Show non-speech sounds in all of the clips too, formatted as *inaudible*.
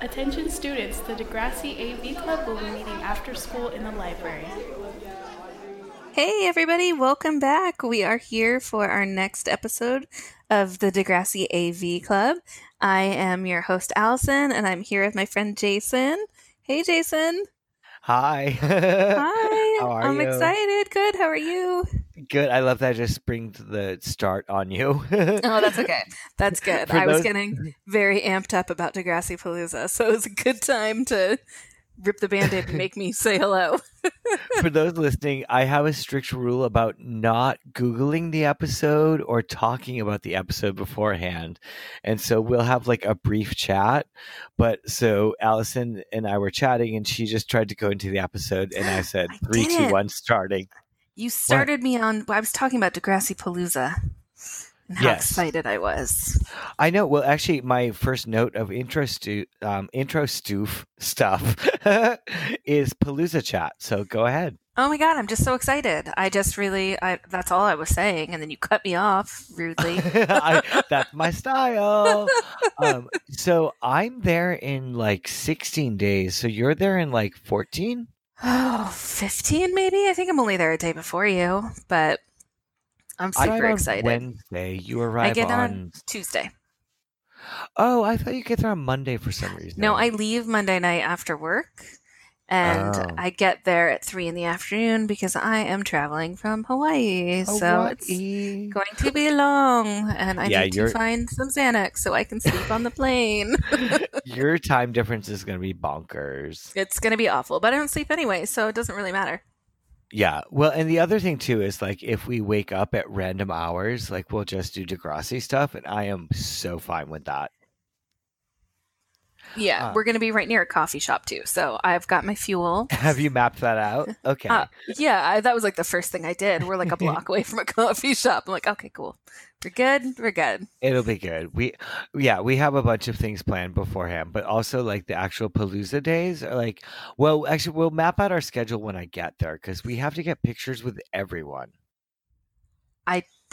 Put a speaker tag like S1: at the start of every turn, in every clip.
S1: Attention students, the Degrassi AV Club will be meeting after school in the library.
S2: Hey, everybody, welcome back. We are here for our next episode of the Degrassi AV Club. I am your host, Allison, and I'm here with my friend Jason. Hey, Jason.
S3: Hi.
S2: Hi.
S3: Uh, How are
S2: I'm
S3: you?
S2: excited. Good. How are you?
S3: *laughs* Good. I love that I just springed the start on you. *laughs*
S2: Oh, that's okay. *laughs* That's good.
S3: For
S2: I was
S3: those-
S2: getting very amped up about Degrassi Palooza, so it was a good time to rip the band aid and make
S3: *laughs*
S2: me say hello.
S3: For those listening, I have a strict rule about not Googling the episode or talking about the episode beforehand. And so we'll have like a brief chat. But so Allison and I were chatting and she just tried to go into the episode
S2: *gasps*
S3: and I said
S2: I
S3: three, two,
S2: didn't.
S3: one, starting.
S2: You started me on, I was talking about Degrassi Palooza and how
S3: Yes.
S2: excited I was.
S3: I know. Well, actually, my first note of intro stu- um, intro stoof stuff *laughs* is Palooza chat. So go ahead.
S2: Oh my god, I'm just so excited. I just really I that's all I was saying and then you cut me off rudely.
S3: *laughs* I, that's my style. Um, so I'm there in like 16 days. So you're there in like 14?
S2: oh, 15 maybe? I think I'm only there a day before you, but I'm
S3: I
S2: super
S3: arrive
S2: excited.
S3: Wednesday. You arrive
S2: get
S3: on...
S2: on- Tuesday.
S3: Oh, I thought you get there on Monday for some reason.
S2: No, I leave Monday night after work and
S3: Oh.
S2: I get there at 3 in the afternoon because I am traveling from Hawaii.
S3: Oh,
S2: so it's
S3: Hawaii.
S2: going to be long and I
S3: Yeah,
S2: need to
S3: you're-
S2: find some Xanax so I can sleep on the plane.
S3: *laughs* your time difference is going to be bonkers.
S2: It's going to be awful, but I don't sleep anyway, so it doesn't really matter.
S3: Yeah. Well, and the other thing too is like if we wake up at random hours, like we'll just do Degrassi stuff. And I am so fine with that. *laughs*
S2: Yeah,
S3: Uh,
S2: we're going to be right near a coffee shop too. So I've got my fuel.
S3: Have you mapped that out? *laughs* Okay.
S2: Uh, yeah, I, that was like the first thing I did. We're
S3: *laughs*
S2: like a block away from a coffee shop. I'm like, okay, cool. We're good. We're good.
S3: It'll be good. We, yeah, we have a bunch of things planned beforehand, but also like the actual Palooza days are like, well, actually, we'll map out our schedule when I get there because we have to get pictures with
S2: *laughs*
S3: everyone.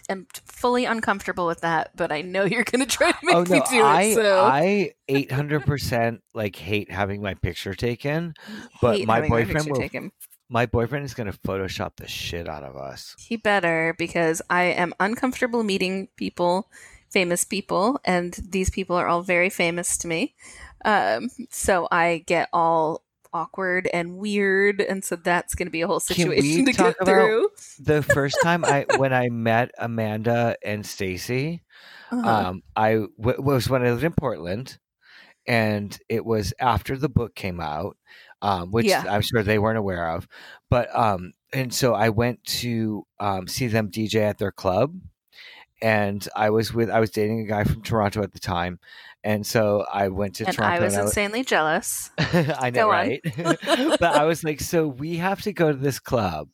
S2: I'm fully uncomfortable with that, but I know you're going to try to make me do
S3: Oh, I,
S2: it. So
S3: I
S2: *laughs*
S3: 800% like hate having my picture taken. but
S2: Hate
S3: my
S2: having
S3: boyfriend
S2: picture
S3: will-
S2: taken.
S3: My boyfriend is going to Photoshop the shit out of us.
S2: He better because I am uncomfortable meeting people, famous people, and these people are all very famous to me. Um, so I get all awkward and weird, and so that's going to be a whole
S3: Can we
S2: situation to
S3: talk
S2: get
S3: about-
S2: through.
S3: The first time I, when I met Amanda and Stacy,
S2: Uh-huh.
S3: um, I w- was when I lived in Portland, and it was after the book came out, um, which
S2: Yeah.
S3: I'm sure they weren't aware of. But um, and so I went to um, see them DJ at their club, and I was with I was dating a guy from Toronto at the time, and so I went to
S2: and
S3: Toronto.
S2: I was
S3: and I
S2: insanely jealous.
S3: *laughs* I know,
S2: Go on.
S3: right?
S2: *laughs*
S3: *laughs* but I was like, so we have to go to this club.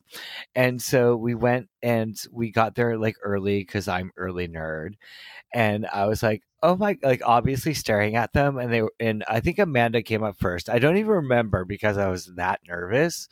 S3: And so we went and we got there like early because I'm early nerd. And I was like, oh my, like obviously staring at them. And they were, and I think Amanda came up first. I don't even remember because I was that nervous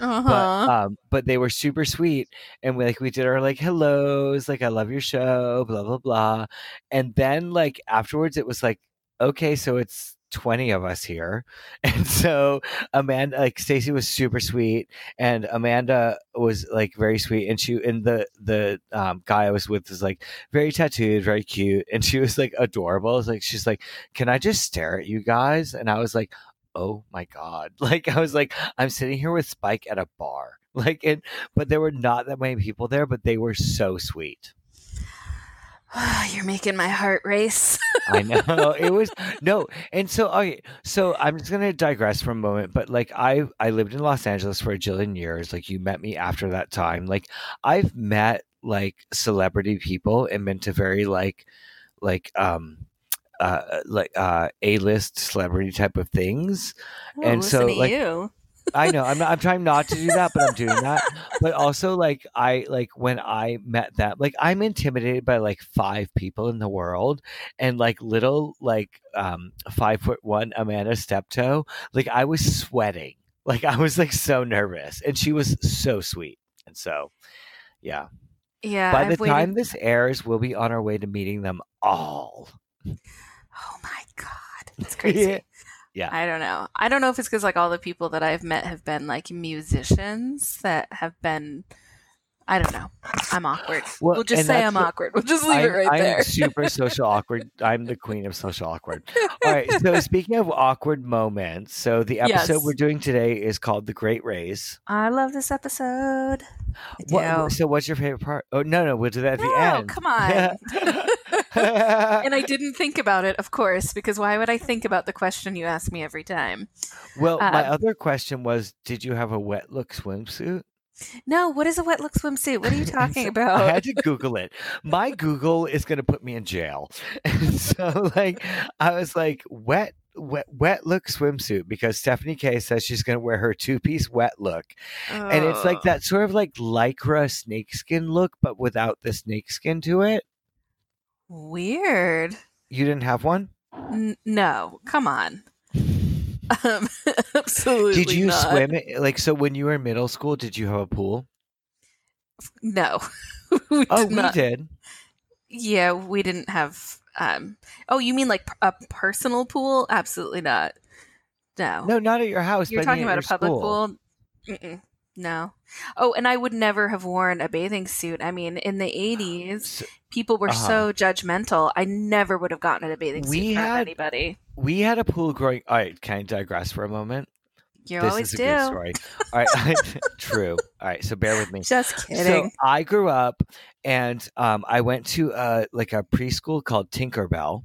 S3: but
S2: Uh-huh.
S3: um, but they were super sweet, and we like we did our like hellos, like I love your show, blah blah blah, and then like afterwards it was like okay, so it's twenty of us here, *laughs* and so Amanda like Stacy was super sweet, and Amanda was like very sweet, and she and the the um, guy I was with was like very tattooed, very cute, and she was like adorable. It's like she's like, can I just stare at you guys? And I was like. Oh my god! *laughs* Like I was like, I'm sitting here with Spike at a bar. *laughs* Like it, but there were not that many people there, but they were so sweet. uh,
S2: *sighs* You're making my heart race.
S3: I know it was no, and so okay, so I'm just gonna digress for a moment, but like I I lived in Los Angeles for a jillion years. Like you met me after that time. Like I've met like celebrity people and been to very like like um uh like uh a list celebrity type of things And
S2: Ooh,
S3: so,
S2: *sighs* listen to
S3: like-
S2: you.
S3: I know. I'm not, I'm trying not to do that, but I'm doing that. But also, like I like when I met them, like I'm intimidated by like five people in the world, and like little like um five foot one Amanda Steptoe, like I was sweating, like I was like so nervous, and she was so sweet, and so yeah.
S2: Yeah.
S3: by
S2: I've
S3: the
S2: waited-
S3: time this airs, we'll be on our way to meeting them all. *laughs*
S2: Oh my God. It's crazy.
S3: Yeah.
S2: I don't know. I don't know if it's because like all the people that I've met have been like musicians that have been. I don't know. I'm awkward.
S3: Well,
S2: We'll, just
S3: and
S2: say
S3: that's
S2: I'm
S3: what-
S2: awkward. We'll just leave it
S3: I'm-
S2: right
S3: I'm
S2: there.
S3: super
S2: *laughs*
S3: social awkward. I'm the queen of social awkward. All right. So speaking of awkward moments, so the episode
S2: Yes.
S3: we're doing today is called "The Great Race."
S2: I love this episode. I do.
S3: What, so what's your favorite part? Oh no, no, we'll do that at
S2: no,
S3: the end.
S2: come
S3: *laughs*
S2: on. *laughs* and I didn't think about it, of course, because why would I think about the question you ask me every time?
S3: well, my
S2: um,
S3: other question was, did you have a wet look swimsuit?
S2: No, what is a wet look swimsuit?
S3: *laughs*
S2: What are you talking about?
S3: I had to Google it. My Google is going to put me in jail. *laughs* And so, like, I was like, wet, wet, wet look swimsuit because Stephanie K says she's going to wear her two piece wet look. And it's like
S2: Ugh.
S3: that sort of like lycra snakeskin look, but without the snakeskin to it.
S2: Weird.
S3: You didn't have one?
S2: N- no, come on. Um, *laughs* absolutely.
S3: Did you
S2: not.
S3: swim? it? Like, so when you were in middle school, did you have a pool?
S2: No. *laughs* we
S3: Oh,
S2: did
S3: we
S2: not.
S3: did.
S2: Yeah, we didn't have. Um, oh, you mean like p- a personal pool? Absolutely not. No.
S3: No, not at your house.
S2: You're
S3: but
S2: talking
S3: at
S2: about a
S3: your
S2: public
S3: school.
S2: pool? Mm-mm. No. Oh, and I would never have worn a bathing suit. I mean, in the 80s,
S3: So-
S2: people were so judgmental. I never would have gotten a bathing suit
S3: Uh-huh. We
S2: from
S3: had-
S2: anybody.
S3: we had a pool growing. All right, can I digress for a moment?
S2: You
S3: this
S2: always
S3: is a good
S2: do.
S3: story. All
S2: *laughs*
S3: right, *laughs* true. All right, so bear with me.
S2: Just
S3: So
S2: kidding.
S3: I grew up, and um, I went to uh like a preschool called Tinkerbell.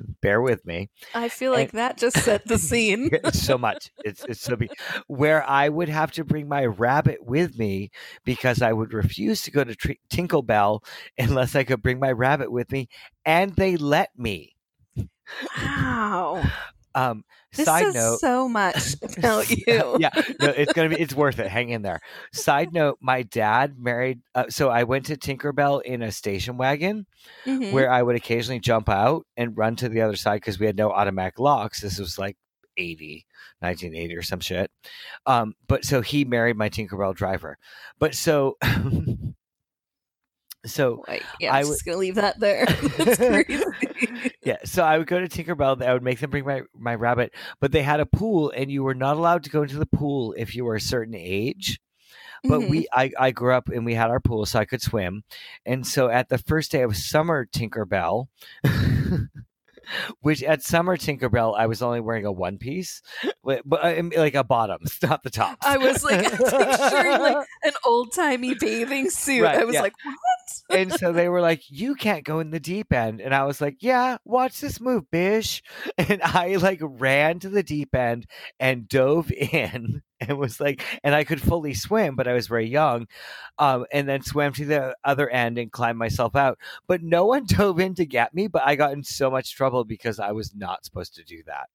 S3: *laughs* bear with me
S2: I feel like that just set
S3: *laughs*
S2: the scene.
S3: It's so much. It's it's so big. Where I would have to bring my rabbit with me because I would refuse to go to tr- Tinkerbell unless I could bring my rabbit with me, and they let me.
S2: Wow.
S3: Um,
S2: This
S3: side
S2: is
S3: note.
S2: so
S3: *laughs*
S2: much *laughs* about you.
S3: Yeah, yeah, no, it's
S2: *laughs*
S3: gonna be it's worth it. Hang in there. Side note: My dad married, uh, so I went to Tinkerbell in a station wagon
S2: Mhm.
S3: where I would occasionally jump out and run to the other side because we had no automatic locks. This was like 80, 1980 or some shit. Um, but so he married my Tinkerbell driver. But so, *laughs* so
S2: Wait, yeah,
S3: I
S2: I'm
S3: would-
S2: just gonna leave that there. *laughs*
S3: *laughs*
S2: That's crazy.
S3: Yeah, so I would go to Tinkerbell. I would make them bring my, my rabbit, but they had a pool, and you were not allowed to go into the pool if you were a certain age. But
S2: Mhm.
S3: we, I, I grew up and we had our pool, so I could swim. And so at the first day of summer Tinkerbell, *laughs* which at summer Tinkerbell I was only wearing a one piece, but, but I- like a bottoms, *laughs* not the tops.
S2: Mm-hmm. I was
S3: *laughs*
S2: like *laughs* picturing like an old timey bathing suit.
S3: Right,
S2: I was
S3: yeah.
S2: like, what?
S3: and so they were like, "You can't go in the deep end," and I was like, "Yeah, watch this move, bish," *laughs* and I like ran to the deep end and dove *laughs* in and was like, and I could fully swim, but I was very young, um, and then swam to the other end and climbed myself out. But no one *laughs* dove in to get me, but I got in so much trouble because I was not supposed to do that.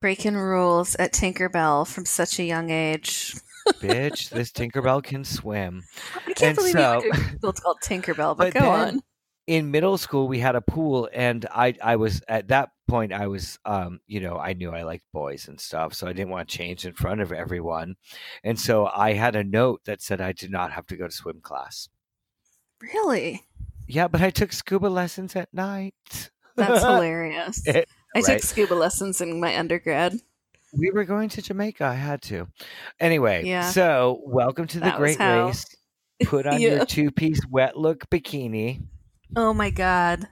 S2: Breaking rules at Tinkerbell from such a young age.
S3: Bitch, this Tinkerbell can swim.
S2: I can't
S3: And
S2: believe
S3: so-
S2: you went to a *laughs* school it's called Tinkerbell, but,
S3: But
S2: go
S3: then-
S2: on.
S3: in middle school we had a pool and i i was at that point i was um you know i knew i liked boys and stuff so i didn't want to change in front of everyone and so i had a note that said i did not have to go to swim class
S2: Really?
S3: yeah but i took scuba lessons at night *laughs*
S2: That's hilarious.
S3: It-
S2: I took
S3: right.
S2: scuba lessons in my undergrad.
S3: we were going to jamaica i had to anyway
S2: Yeah.
S3: so welcome to the
S2: That was
S3: great
S2: how.
S3: race
S2: *laughs*
S3: put on
S2: Yeah.
S3: your two-piece wet look bikini
S2: Oh my god.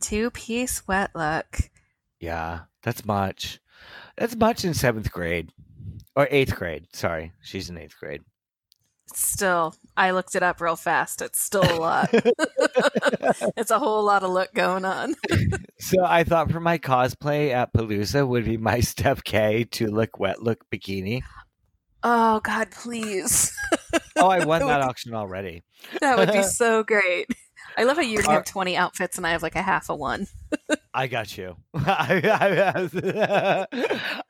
S2: Two piece wet look.
S3: Yeah, that's much. That's much in seventh grade or eighth grade. Sorry, she's in eighth grade.
S2: Still, I looked it up real fast. It's still a
S3: *laughs*
S2: lot. *laughs* it's a whole lot of look going on.
S3: So I thought for my cosplay at Palooza would be my *laughs* Step K two look wet look bikini.
S2: Oh God, please. *laughs*
S3: Oh, I won that auction already.
S2: That would be so great. I love how you
S3: Are-
S2: have 20 outfits and I have like a half a
S3: *laughs*
S2: one.
S3: I got you. *laughs* I have,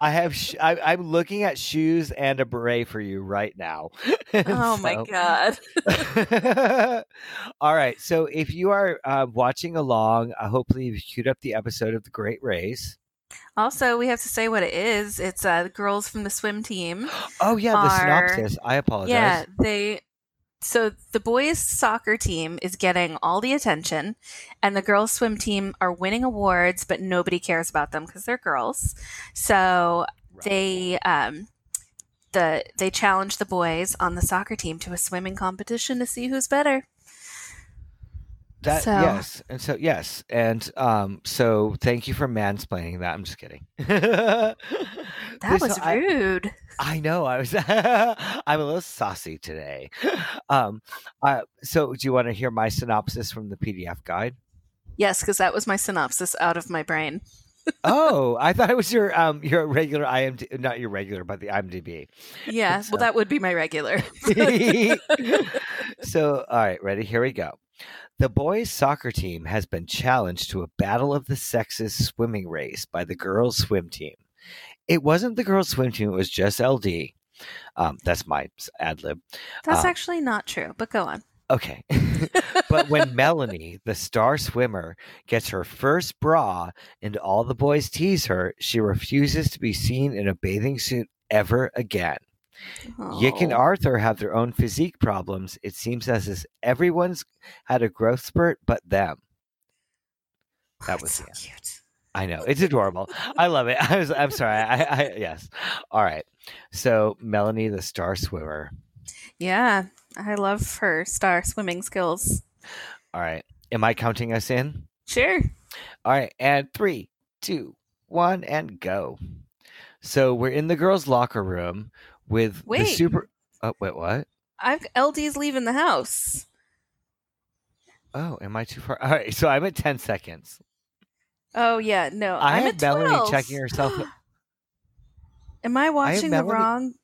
S3: I have sh- I, I'm looking at shoes and a beret for you right now. *laughs*
S2: Oh my
S3: So-
S2: God.
S3: All right. So if you are uh, watching along, uh, hopefully you've queued up the episode of The Great
S2: *gasps*
S3: Race.
S2: Also, we have to say what it is. It's uh, the girls from the swim team.
S3: Oh yeah, the
S2: Are-
S3: synopsis. I apologize.
S2: Yeah, they so the boys soccer team is getting all the attention and the girls swim team are winning awards but nobody cares about them because they're girls so
S3: Right.
S2: they um the they challenge the boys on the soccer team to a swimming competition to see who's better
S3: That
S2: So-
S3: yes, and so yes, and um, so thank you for mansplaining that. I'm just kidding. *laughs* that
S2: that was rude
S3: I, know. I was. *laughs* I'm a little saucy today. Um, uh, so do you want to hear my synopsis from the PDF guide?
S2: yes because that was my synopsis out of my brain
S3: oh, I thought it was your um your regular IMD, not your regular, but the IMDb.
S2: *laughs* yeah
S3: so.
S2: well that would be my *laughs* regular
S3: so, all right, ready? Here we go. The boys' soccer team has been challenged to a battle of the sexes swimming race by the girls' swim team. It wasn't the girls' swim team, it was just LD. Um, that's my ad lib.
S2: that's
S3: Uh,
S2: actually not true but go on
S3: Okay. *laughs* but when Melanie, the star swimmer, gets her first bra and all the boys tease her, she refuses to be seen in a bathing suit ever again. Yick and
S2: Oh.
S3: Arthur have their own physique problems. It seems as if everyone's had a growth spurt but them. That
S2: That's
S3: was
S2: so
S3: the end.
S2: cute
S3: I know. It's adorable. I love it. *laughs* I was I'm sorry. I, I yes. All right. So Melanie the star swimmer.
S2: yeah i love her star swimming skills
S3: All right. Am I counting us in?
S2: sure
S3: All right, and three, two, one, and go. So we're in the girls' locker room with the
S2: Wait.
S3: super. Oh wait, what?
S2: I've LD's leaving the house.
S3: Oh, am I too far? All right, so I'm at ten seconds.
S2: Oh yeah, no.
S3: I
S2: am
S3: had
S2: at
S3: Melanie
S2: 12.
S3: checking herself.
S2: *gasps* Am I watching the
S3: Melanie-
S2: wrong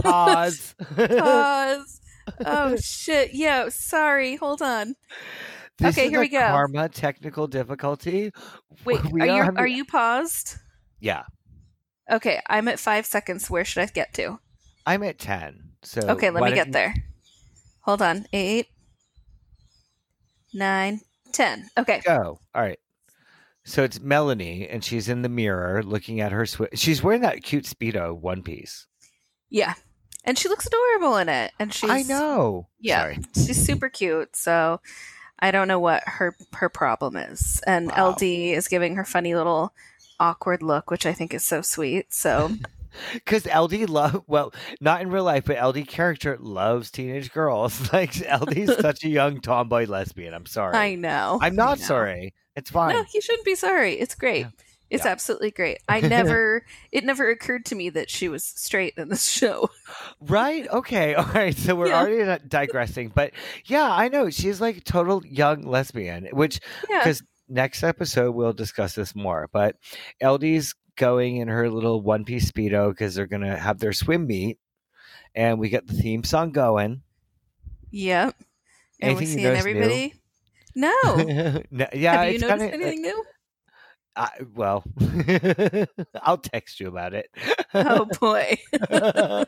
S2: *laughs*
S3: Pause. *laughs*
S2: pause? oh shit. Yeah, sorry. Hold on.
S3: This
S2: Okay,
S3: is
S2: here
S3: a
S2: we go.
S3: Karma technical difficulty.
S2: Wait,
S3: We
S2: are you
S3: having-
S2: are you paused?
S3: Yeah,
S2: Okay, I'm at 5 seconds. Where should I get to?
S3: I'm at ten. So
S2: Okay, let
S3: why
S2: me
S3: don't
S2: get
S3: you-
S2: there. Hold on. Eight, nine, ten. Okay.
S3: Go. All right. So it's Melanie, and she's in the mirror looking at her. Sw- she's wearing that cute speedo one piece.
S2: Yeah. And she looks adorable in it. And she's
S3: I know.
S2: Yeah.
S3: Sorry.
S2: she's super cute so i don't know what her her problem is and
S3: Wow.
S2: ld is giving her funny little awkward look which i think is so sweet so
S3: Because LD love well, not in real life, but LD character loves teenage girls. *laughs* Like
S2: *laughs*
S3: LD's such a young tomboy lesbian. I'm sorry.
S2: i know
S3: I'm not
S2: I know.
S3: sorry. It's fine.
S2: no you shouldn't be sorry it's great
S3: Yeah.
S2: it's
S3: Yeah.
S2: absolutely
S3: *laughs*
S2: great i never it never occurred to me that she was straight in this *laughs* show
S3: Right? Okay. *laughs* All right. So we're
S2: Yeah.
S3: already not digressing. But yeah, I know. She's like total young lesbian, which
S2: yeah
S3: because next episode we'll discuss this more. But LD's going in her little one piece speedo because they're gonna have their swim meet and we get the theme song going.
S2: yep and we're
S3: Anything you
S2: seeing
S3: notice new?
S2: everybody
S3: *laughs*
S2: no
S3: No, yeah,
S2: Oh. have you
S3: it's
S2: noticed
S3: kinda-
S2: anything new
S3: I, well, *laughs* I'll text you about it. *laughs*
S2: oh boy *laughs* Oh.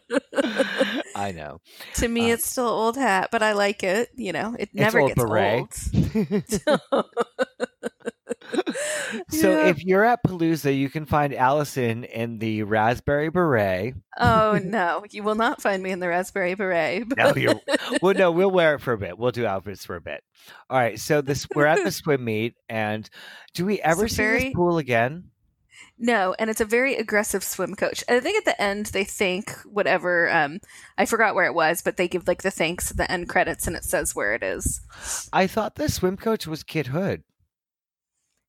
S3: I know.
S2: to me
S3: Uh,
S2: it's still old hat but i like it you know it never
S3: old
S2: gets
S3: beret.
S2: old *laughs*
S3: so
S2: Yeah.
S3: if you're at Palooza, you can find Allison in the raspberry beret.
S2: Oh no, you will not find me in the raspberry beret.
S3: No,
S2: *laughs*
S3: you. well, no, we'll wear it for a bit. We'll do outfits for a bit. All right. So this
S2: *laughs*
S3: we're at the swim meet, and do we ever see
S2: very-
S3: this pool again?
S2: No, and it's a very aggressive swim coach. And I think at the end they thank whatever um I forgot where it was, but they give like the thanks at the end credits and it says where it is.
S3: I thought the swim coach was Kid Hood.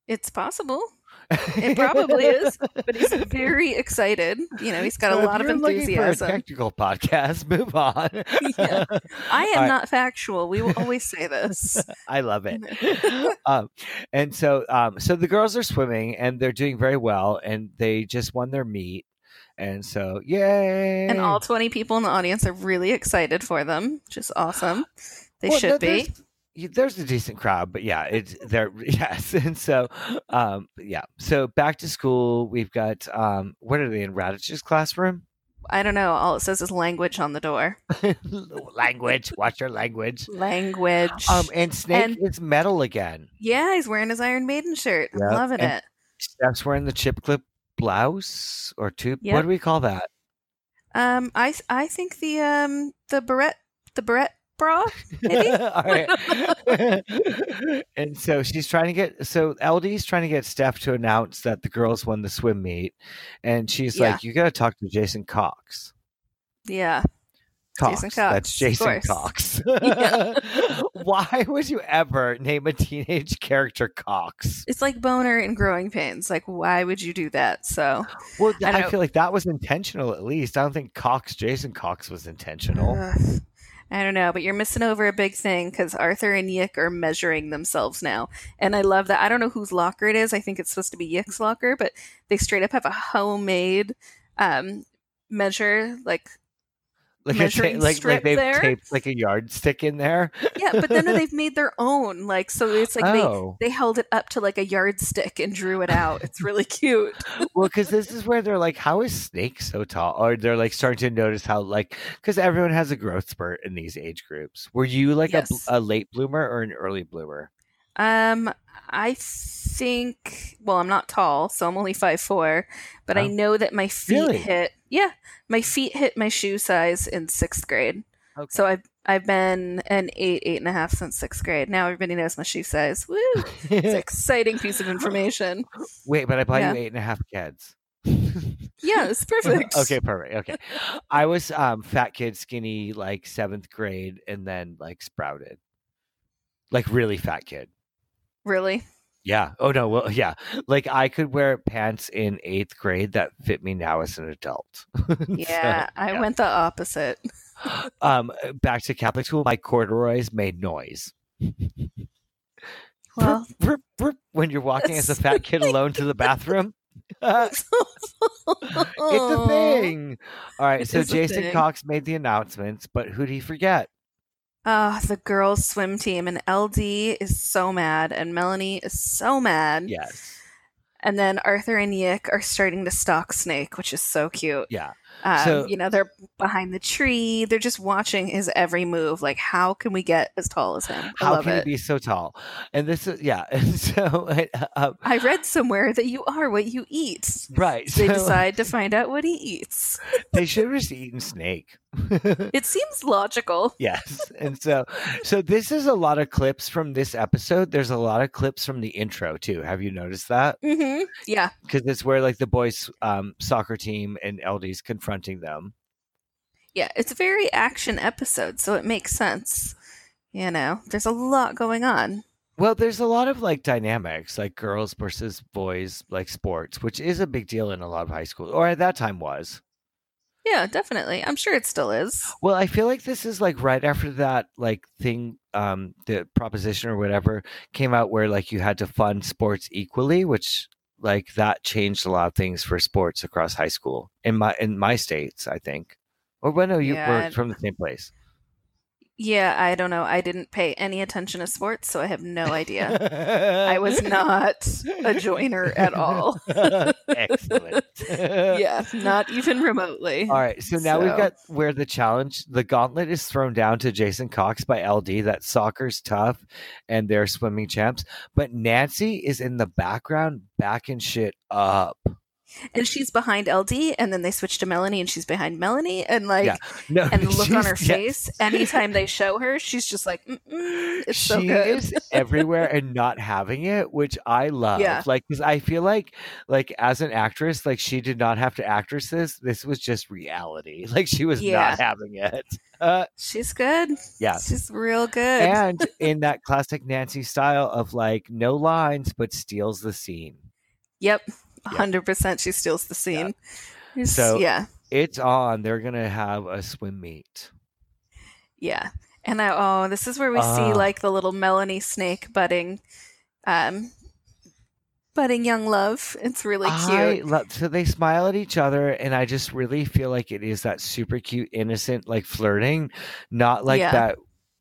S2: It's possible. It probably is, but he's very excited. You know, he's got
S3: So
S2: a
S3: if
S2: lot of
S3: you're looking for a
S2: enthusiasm.
S3: technical *laughs* podcast. Move on.
S2: *laughs* Yeah. I am
S3: All right.
S2: not factual. We will always say
S3: *laughs*
S2: this.
S3: I love
S2: *laughs*
S3: it. um, and so, um, so the girls are swimming and they're doing very well, and they just won their meet. And so, yay!
S2: And all 20 people in the audience are really excited for them, which is awesome. They
S3: Well,
S2: should
S3: no,
S2: be.
S3: There's, y- there's a decent crowd, but yeah, it's there. *laughs* Yes, and so, um, yeah. So back to school, we've got um, what are they in Radich's classroom? *laughs*
S2: I don't know. All it says is language on the door.
S3: language. Watch your language.
S2: Language.
S3: Um, and Snake
S2: And-
S3: is metal again.
S2: yeah, he's wearing his Iron Maiden shirt. I'm
S3: Yep,
S2: loving
S3: and-
S2: it.
S3: Steph's wearing the chip clip blouse or tube.
S2: Yep.
S3: What do we call that?
S2: Um, I I think the um the barrette the Brett bra. Maybe?
S3: *laughs* All right. *laughs* and so she's trying to get so LD's trying to get Steph to announce that the girls won the swim meet. And she's
S2: Yeah.
S3: like, You gotta talk to Jason Cox.
S2: Yeah.
S3: Cox.
S2: Jason Cox,
S3: That's
S2: of
S3: Jason
S2: course.
S3: Cox.
S2: *laughs* Yeah.
S3: *laughs* Why would you ever name a teenage character Cox?
S2: It's like boner and growing pains. Like, why would you do that? So,
S3: Well, th- I,
S2: don't-
S3: feel like that was intentional at least. I don't think Cox, Jason Cox was intentional.
S2: Ugh. I don't know, but you're missing over a big thing because Arthur and Yick are measuring themselves now. And I love that. I don't know whose locker it is. I think it's supposed to be Yick's locker, but they straight up have a homemade um, measure. Like,
S3: like, *laughs* a ta-
S2: measuring
S3: like, like
S2: strip
S3: they've
S2: there.
S3: taped like a yardstick in there.
S2: yeah, but then they've made their own. Like, so it's like
S3: *laughs* oh.
S2: they, they held it up to like a yardstick and drew it out. It's really cute.
S3: well, because this is where they're like, how is Snake so tall? Or they're like starting to notice how, like, because everyone has a growth spurt in these age groups. Were you like a bl-
S2: Yes.
S3: a, late bloomer or an early bloomer?
S2: Um, I think. Well, I'm not tall, so I'm only five four, but I
S3: Oh.
S2: know that my feet
S3: Really?
S2: hit. Yeah, my feet hit my shoe size in sixth grade.
S3: Okay.
S2: So I've I've been an eight, eight and a half since sixth grade. Now everybody knows my shoe size. Woo!
S3: *laughs*
S2: It's an exciting piece of information.
S3: Wait, but I bought
S2: Yeah.
S3: you eight and a half
S2: *laughs*
S3: kids.
S2: Yeah, it's perfect.
S3: *laughs* okay, perfect. Okay. I was um fat kid, skinny, like seventh grade, and then like sprouted. Like really fat kid.
S2: Really?
S3: Yeah. Oh no, well yeah. Like I could wear pants in eighth grade that fit me now as an adult. So,
S2: Yeah, I
S3: yeah.
S2: went the opposite.
S3: um back to Catholic school, my corduroys made noise.
S2: Well,
S3: Vroom, vroom, when you're walking as a fat kid alone to
S2: *laughs*
S3: the bathroom. *laughs* It's a thing. All right.
S2: It
S3: so
S2: is a
S3: Jason
S2: thing.
S3: Cox made the announcements, but who'd he forget?
S2: Ah, the girls' swim team and LD is so mad, and Melanie is so mad.
S3: Yes.
S2: And then Arthur and Yick are starting to stalk Snake, which is so cute.
S3: Yeah.
S2: Um,
S3: So-
S2: you know, they're behind the tree. They're just watching his every move. Like, how can we get as tall as him? I
S3: How
S2: love
S3: can
S2: it.
S3: he be so tall? And this is yeah. *laughs* And so uh,
S2: I read somewhere that you are what you eat.
S3: right.
S2: They
S3: so
S2: decide to find out what he eats.
S3: they should have just eaten snake.
S2: It seems logical.
S3: yes. And so so this is a lot of clips from this episode. There's a lot of clips from the intro too. Have you noticed that?
S2: hmm Yeah.
S3: Because it's where like the boys um, soccer team and LD's confronting them.
S2: Yeah. It's a very action episode, so it makes sense. You know, there's a lot going on.
S3: Well, there's a lot of like dynamics, like girls versus boys, like sports, which is a big deal in a lot of high school, or at that time was.
S2: Yeah, definitely. I'm sure it still is.
S3: Well, I feel like this is like right after that like thing, um, the proposition or whatever came out where like you had to fund sports equally, which like that changed a lot of things for sports across high school in my in my states, I think. Or well, no, you
S2: Yeah.
S3: were from the same place.
S2: Yeah, I don't know. I didn't pay any attention to sports, so I have no idea.
S3: *laughs*
S2: I was not *laughs* a joiner at all.
S3: Excellent.
S2: *laughs* Yeah, not even remotely.
S3: *laughs* All right, so now we've
S2: So-
S3: got where the challenge, the gauntlet is thrown down to Jason Cox by LD. That soccer's tough, and they're swimming champs. But Nancy is in the background, backing shit up.
S2: And she's behind LD, and then they switch to Melanie, and she's behind Melanie, and like,
S3: Yeah. No,
S2: and the look on
S3: she's-
S2: her
S3: yeah,
S2: face anytime they show her, she's just like, Mm-mm, it's
S3: she
S2: so good. *laughs*
S3: is everywhere and not having it, which I love.
S2: Yeah.
S3: Like, because I feel like, like as an actress, like she did not have to actress this. This was just reality. *laughs* Like she was
S2: Yeah.
S3: not having it. Uh,
S2: She's good.
S3: Yeah.
S2: she's real good.
S3: and
S2: *laughs*
S3: in that classic Nancy style of like no lines but steals the scene.
S2: yep, hundred percent. She steals the scene. It's-
S3: So-
S2: yeah,
S3: It's on. They're gonna have a swim meet.
S2: Yeah. And I oh, this is where we see
S3: Ah.
S2: like the little Melanie snake budding um budding young love. It's really
S3: I
S2: cute.
S3: love so they smile at each other, and I just really feel like it is that super cute, innocent, like flirting, not like
S2: Yeah.
S3: that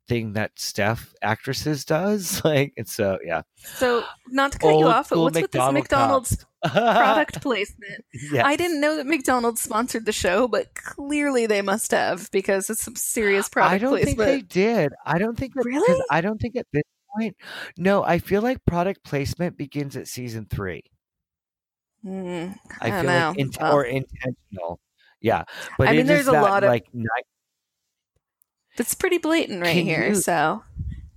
S3: thing that Steph actresses does. *laughs* Like it's so yeah.
S2: So not to cut
S3: Old
S2: you off, but
S3: school
S2: what's
S3: McDonald
S2: with this McDonald's
S3: *laughs*
S2: product placement?
S3: yeah.
S2: I didn't know that McDonald's sponsored the show, but clearly they must have because it's some serious product
S3: I don't
S2: placement.
S3: think they did. I don't think that 'cause
S2: Really?
S3: I don't think at this point. No, I feel like product placement begins at season three.
S2: Hmm,
S3: I,
S2: don't
S3: feel
S2: know.
S3: like int-
S2: Well,
S3: or intentional. Yeah, but
S2: I
S3: it
S2: mean,
S3: is
S2: there's a
S3: that,
S2: lot of-
S3: like ni-
S2: That's pretty blatant right
S3: Can
S2: here.
S3: you-
S2: so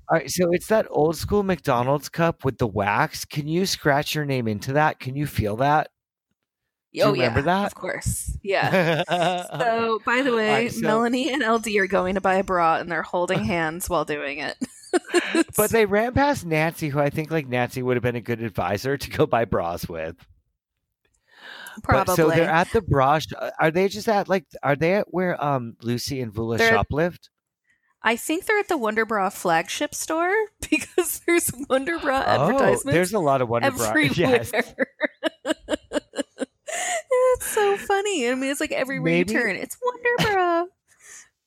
S3: All right, so it's that old school McDonald's cup with the wax. Can you scratch your name into that? Can you feel that? you
S2: oh
S3: remember
S2: yeah,
S3: that?
S2: of course, yeah. So, by the way,
S3: Alright, so-
S2: Melanie and LD are going to buy a bra and they're
S3: *laughs*
S2: holding hands while doing it.
S3: *laughs* but they ran past Nancy, who I think like Nancy would have been a good advisor to go buy bras with. But-
S2: Probably.
S3: so they're at the bra. Sh- uh, are they just at like? Are they at where um Lucy and Vula
S2: They're-
S3: shoplift?
S2: I think they're at the Wonder Bra flagship store *laughs* because there's Wonder Bra
S3: Oh,
S2: advertisements
S3: there's a lot of Wonder Bra.
S2: everywhere.
S3: *laughs*
S2: *laughs*
S3: Yes.
S2: it's so funny. I mean, it's like everywhere
S3: Maybe-
S2: you turn, it's Wonder
S3: *laughs*
S2: Bra.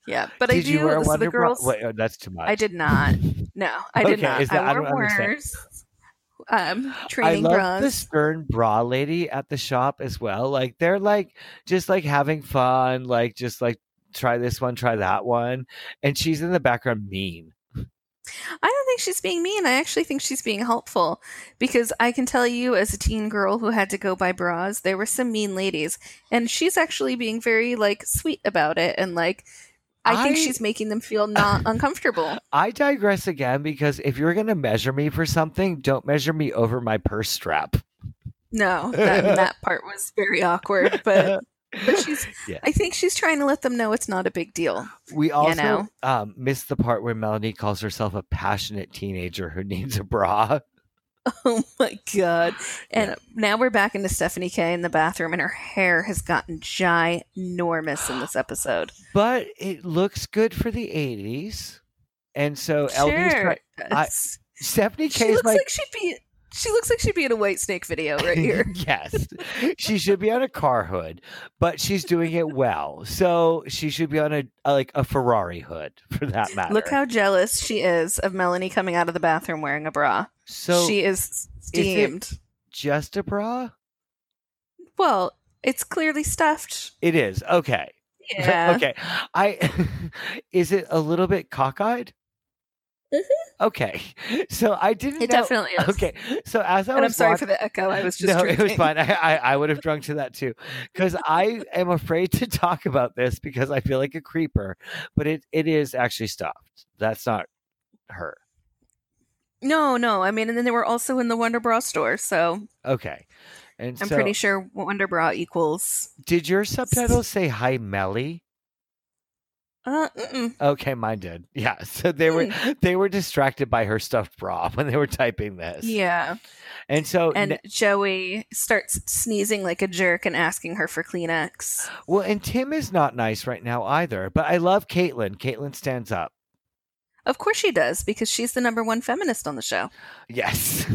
S2: yeah, but I
S3: did
S2: do.
S3: you wear a
S2: so
S3: Wonder
S2: the girls,
S3: Bra? Wait, oh, that's too much.
S2: I did not. No, I did
S3: Okay,
S2: not.
S3: is that- I
S2: I wore
S3: don't understand.
S2: worse. Um,
S3: I
S2: training
S3: love
S2: bras.
S3: the stern bra lady at the shop as well. Like they're like just like having fun, like just like try this one, try that one, and she's in the background mean.
S2: I don't think she's being mean. I actually think she's being helpful because I can tell you, as a teen girl who had to go buy bras, there were some mean ladies, and she's actually being very like sweet about it, and like I, think
S3: I-
S2: she's making them feel
S3: *laughs*
S2: not uncomfortable.
S3: I digress again because if you're gonna measure me for something, don't measure me over my purse
S2: *laughs*
S3: strap.
S2: No, that, that part was very awkward, but but she's.
S3: Yeah.
S2: I think she's trying to let them know it's not a big deal. *laughs*
S3: we also
S2: know.
S3: um, missed the part where Melanie calls herself a passionate teenager who needs a bra.
S2: Oh my god! And now we're back into Stephanie K in the bathroom, and her hair has gotten ginormous in this episode.
S3: But it looks good for the 80s. And so LB's
S2: Sure.
S3: try- I- Stephanie K
S2: she
S3: is
S2: looks
S3: my
S2: like she'd be. She looks like she'd be in a White Snake
S3: *laughs*
S2: video right here. *laughs*
S3: yes. She should be on a car hood, but she's doing it well. So she should be on a, a- like a Ferrari hood for that matter.
S2: Look how jealous she is of Melanie coming out of the bathroom wearing a bra.
S3: so
S2: she is
S3: it-
S2: steamed.
S3: just a bra?
S2: well, it's clearly
S3: *laughs*
S2: stuffed.
S3: It is. Okay.
S2: Yeah.
S3: *laughs* okay. I is it a little bit cockeyed?
S2: Mhm.
S3: Okay. *laughs* So I didn't
S2: It
S3: know-
S2: definitely is.
S3: *laughs* Okay. So as I
S2: And
S3: was
S2: I'm sorry
S3: watch-
S2: for the echo. *laughs* I
S3: *laughs*
S2: was just
S3: no,
S2: drinking.
S3: it was fine. I, I, I
S2: *laughs*
S3: would have drunk to that too, because I am afraid to talk about this because I feel like a creeper. But it, it is actually stuffed. That's not her.
S2: No, no. I mean, and then they were also in the Wonder Bra store, so
S3: Okay. And
S2: I'm
S3: so,
S2: pretty sure Wonder Bra equals.
S3: did your subtitles say "Hi Melly"?
S2: Uh, mm-mm.
S3: Okay, mine did. *laughs* Yeah. So they were
S2: Hmm.
S3: they were distracted by her stuffed bra *laughs* when they were typing this.
S2: yeah.
S3: And so
S2: And Joey starts sneezing like a jerk and asking her for Kleenex.
S3: Well, and Tim is not nice right now either, but I love Caitlin. Caitlin stands up.
S2: Of course she does, because she's the number one feminist on the show. *laughs*
S3: Yes.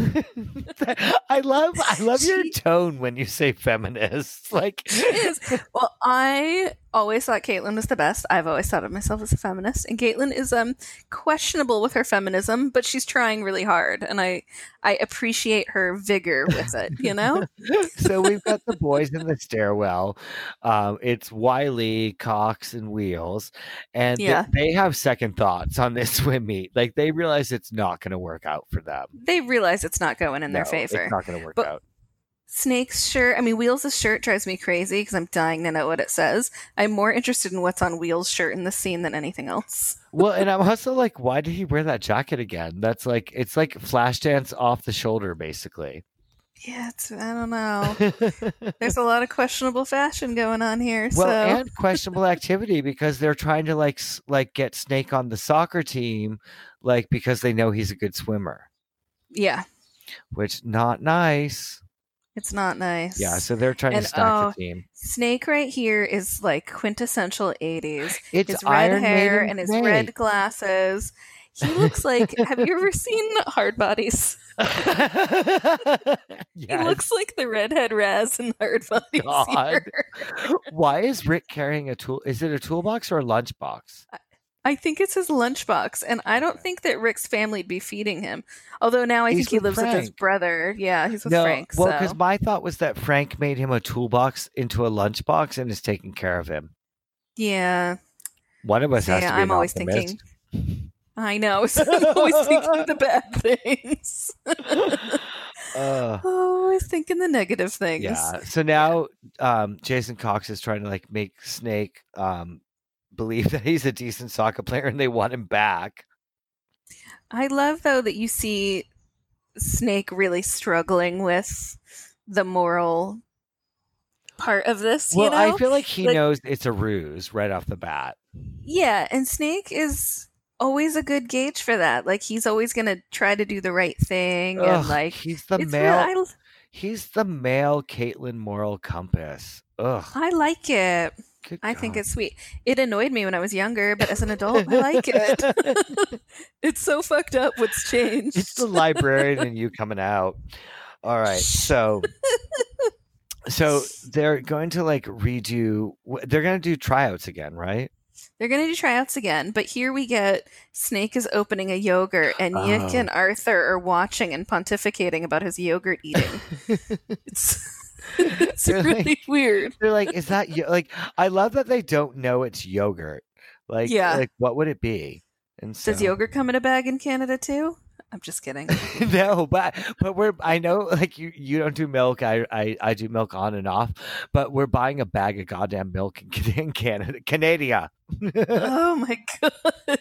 S3: I love I love your
S2: She-
S3: tone when you say feminists. *laughs* Like
S2: She is. *laughs* Well, I always thought Caitlyn was the best. I've always thought of myself as a feminist, and Caitlyn is um questionable with her feminism, but she's trying really hard, and I I appreciate her vigor with it. You know,
S3: *laughs* so we've got the boys in the stairwell. Um, it's Wiley, Cox, and Wheels. And th-
S2: Yeah.
S3: they have second thoughts on this *laughs* swim meet. Like they realize it's not gonna work out for them.
S2: they realize it's not going in their
S3: No,
S2: favor.
S3: It's not gonna work
S2: But-
S3: out.
S2: Snake's shirt, I mean, Wheels' shirt drives me crazy because I'm dying to know what it says. I'm more interested in what's on Wheels' shirt in this scene than anything else.
S3: Well, and I'm also like, why did he wear that jacket again? That's like it's like Flashdance off the shoulder, basically. *laughs*
S2: Yeah, it's, I don't know. There's a lot of questionable fashion going on here.
S3: *laughs* Well,
S2: so
S3: and questionable activity because they're trying to like s- like get Snake on the soccer team, like because they know he's a good swimmer,
S2: yeah,
S3: which not nice.
S2: it's not nice.
S3: Yeah, so they're trying
S2: And,
S3: to stack
S2: oh,
S3: the team.
S2: Snake right here is like quintessential 80s.
S3: It's
S2: His red
S3: Iron
S2: hair
S3: Maiden
S2: and his
S3: Snake.
S2: red glasses.
S3: *laughs*
S2: He looks like have you ever seen Hard Bodies?
S3: *laughs* yes.
S2: He looks like the redhead Raz in *laughs* Hard Bodies.
S3: God.
S2: here.
S3: Why is Rick carrying a tool? Is it a toolbox or a lunchbox?
S2: Uh, I think it's his lunchbox, and I don't think that Rick's family'd be feeding him. Although now I
S3: He's
S2: think he
S3: with
S2: lives with his
S3: Frank.
S2: brother. Yeah, he's with Frank.
S3: well,
S2: so.
S3: because my thought was that Frank made him a toolbox into a lunchbox and is taking care of him.
S2: yeah,
S3: One of us
S2: So,
S3: has
S2: yeah,
S3: to be
S2: I'm
S3: an
S2: always
S3: optimist.
S2: thinking. I know. *laughs* so I'm always thinking
S3: *laughs*
S2: the bad things. *laughs*
S3: Ugh.
S2: always thinking the negative things.
S3: Yeah. So now um, Jason Cox is trying to like make Snake um, believe *laughs* that he's a decent soccer player and they want him back.
S2: I love though that you see Snake really struggling with the moral part of this.
S3: Well,
S2: you know?
S3: I feel like he
S2: Like-
S3: knows it's a ruse right off the bat.
S2: Yeah, and Snake is always a good gauge for that. Like he's always gonna try to do the right thing
S3: Ugh,
S2: and like
S3: he's the
S2: it's
S3: male.
S2: real-
S3: he's the male Caitlin moral compass. Ugh.
S2: I, I like it.
S3: good
S2: I think
S3: God.
S2: it's sweet. It annoyed me when I was younger, but as an adult, I like
S3: *laughs*
S2: it. *laughs* it's so fucked up what's changed.
S3: it's
S2: *laughs*
S3: the librarian and you coming out. All
S2: *laughs*
S3: right, so so they're going to like redo. w- They're going to do tryouts again, right?
S2: They're gonna do tryouts again, but here we get Snake is opening a yogurt, and Yick
S3: Oh.
S2: and Arthur are watching and pontificating about his yogurt
S3: *laughs*
S2: eating. it's it's
S3: They're
S2: really
S3: like-
S2: weird.
S3: They're like, is that yo-? like? I love that they don't know it's yogurt. Like,
S2: Yeah.
S3: like what would it be? And so,
S2: Does yogurt come in a bag in Canada too? I'm just kidding.
S3: *laughs* no, but but we're I know like you you don't do milk. I I I do milk on and off, but we're buying a bag of goddamn milk in, Can- in Canada, Canada.
S2: *laughs*
S3: *laughs*
S2: oh my god.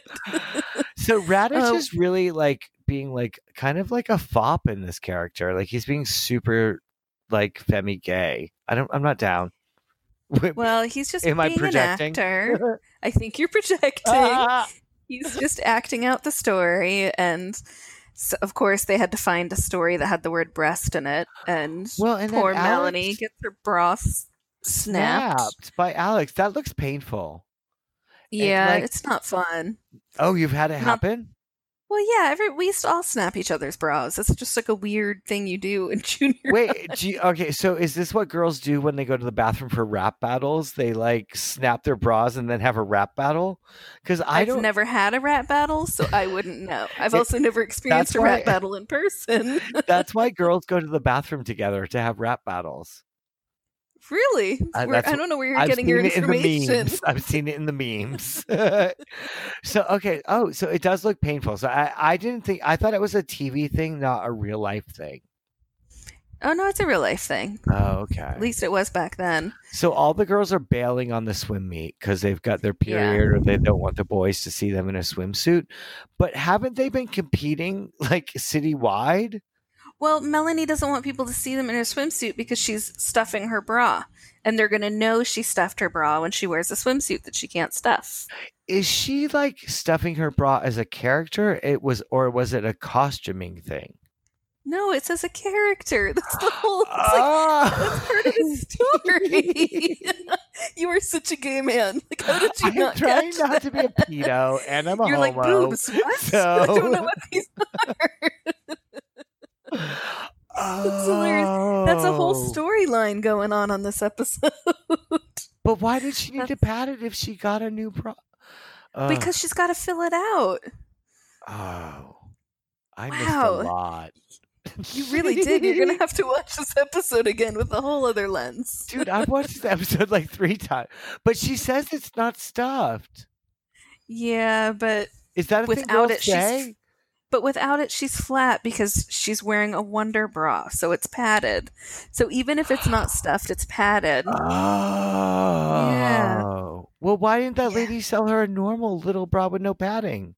S3: So Radish
S2: Oh.
S3: is really like being like kind of like a fop in this character. Like he's being super like femi gay. I don't. I'm not down. *laughs*
S2: Well, he's just
S3: Am I
S2: being
S3: projecting?
S2: an actor. I think you're projecting.
S3: Ah!
S2: he's just acting out the story and so, of course they had to find a story that had the word breast in it and
S3: well, and then
S2: poor
S3: Alex
S2: Melanie gets her bra s- snapped.
S3: by Alex. That looks painful.
S2: Yeah,
S3: like-
S2: it's not fun.
S3: Oh, you've had it
S2: Not- *laughs*
S3: happen.
S2: Well, yeah, every we used to all snap each other's bras. It's just like a weird thing you do in *laughs* junior.
S3: Wait, eh, do you- okay. So is this what girls do when they go to the bathroom for rap battles? They like snap their bras and then have a rap battle? Because I
S2: I've
S3: don't.
S2: never *laughs* had a rat battle, so I wouldn't
S3: *laughs*
S2: know. I've
S3: It-
S2: also never experienced a
S3: why-
S2: rat battle in person. *laughs*
S3: that's why girls go to the bathroom together to have rap battles.
S2: really?
S3: I-
S2: Where-
S3: that's
S2: I
S3: what-
S2: don't know where you're
S3: I've
S2: getting
S3: seen
S2: your
S3: it in the
S2: information.
S3: memes. I've seen it in
S2: *laughs*
S3: the memes. *laughs* so okay. Oh, so it does look painful. So I, I didn't think I thought it was a TV thing, not a real life thing.
S2: Oh no, it's a real life thing.
S3: Oh, okay.
S2: At least it was back then.
S3: So all the girls are bailing on the swim meet because they've got their
S2: Yeah.
S3: period or they don't want the boys to see them in a swimsuit. But haven't they been competing like citywide?
S2: Well, Melanie doesn't want people to see them in her swimsuit because she's stuffing her bra. And they're going to know she stuffed her bra when she wears a swimsuit that she can't stuff.
S3: Is she like stuffing her bra as a character? It was or was it a costuming thing?
S2: No, it's as a character. *laughs* That's the whole it's like,
S3: Oh!
S2: that's part of his story. *laughs* you are such a gay man. Like, how did you
S3: *laughs* I'm
S2: not
S3: trying
S2: catch that?
S3: not
S2: *laughs*
S3: to be a pedo and I'm a
S2: You're like,
S3: homo.
S2: boobs, what? *laughs*
S3: so-
S2: I don't know what these *laughs* are. hilarious. That's a whole
S3: Oh.
S2: storyline going on on this episode.
S3: But why did she need to
S2: That's-
S3: pat it if she got a new bra? Ugh.
S2: because she's got to fill it out.
S3: Oh, I
S2: Wow.
S3: missed a lot. *laughs*
S2: You really did. You're *laughs* going to have to watch this episode again with a whole other lens.
S3: Dude, I've watched this episode like three times, but she says it's not stuffed.
S2: Yeah, but
S3: Is that a thing
S2: Without
S3: girls
S2: it, she's
S3: say?
S2: but without it she's flat because she's wearing a wonder bra, so it's padded. So even if it's not stuffed, it's padded.
S3: Oh. Well, why didn't that
S2: Yeah.
S3: lady sell her a normal little bra with no padding?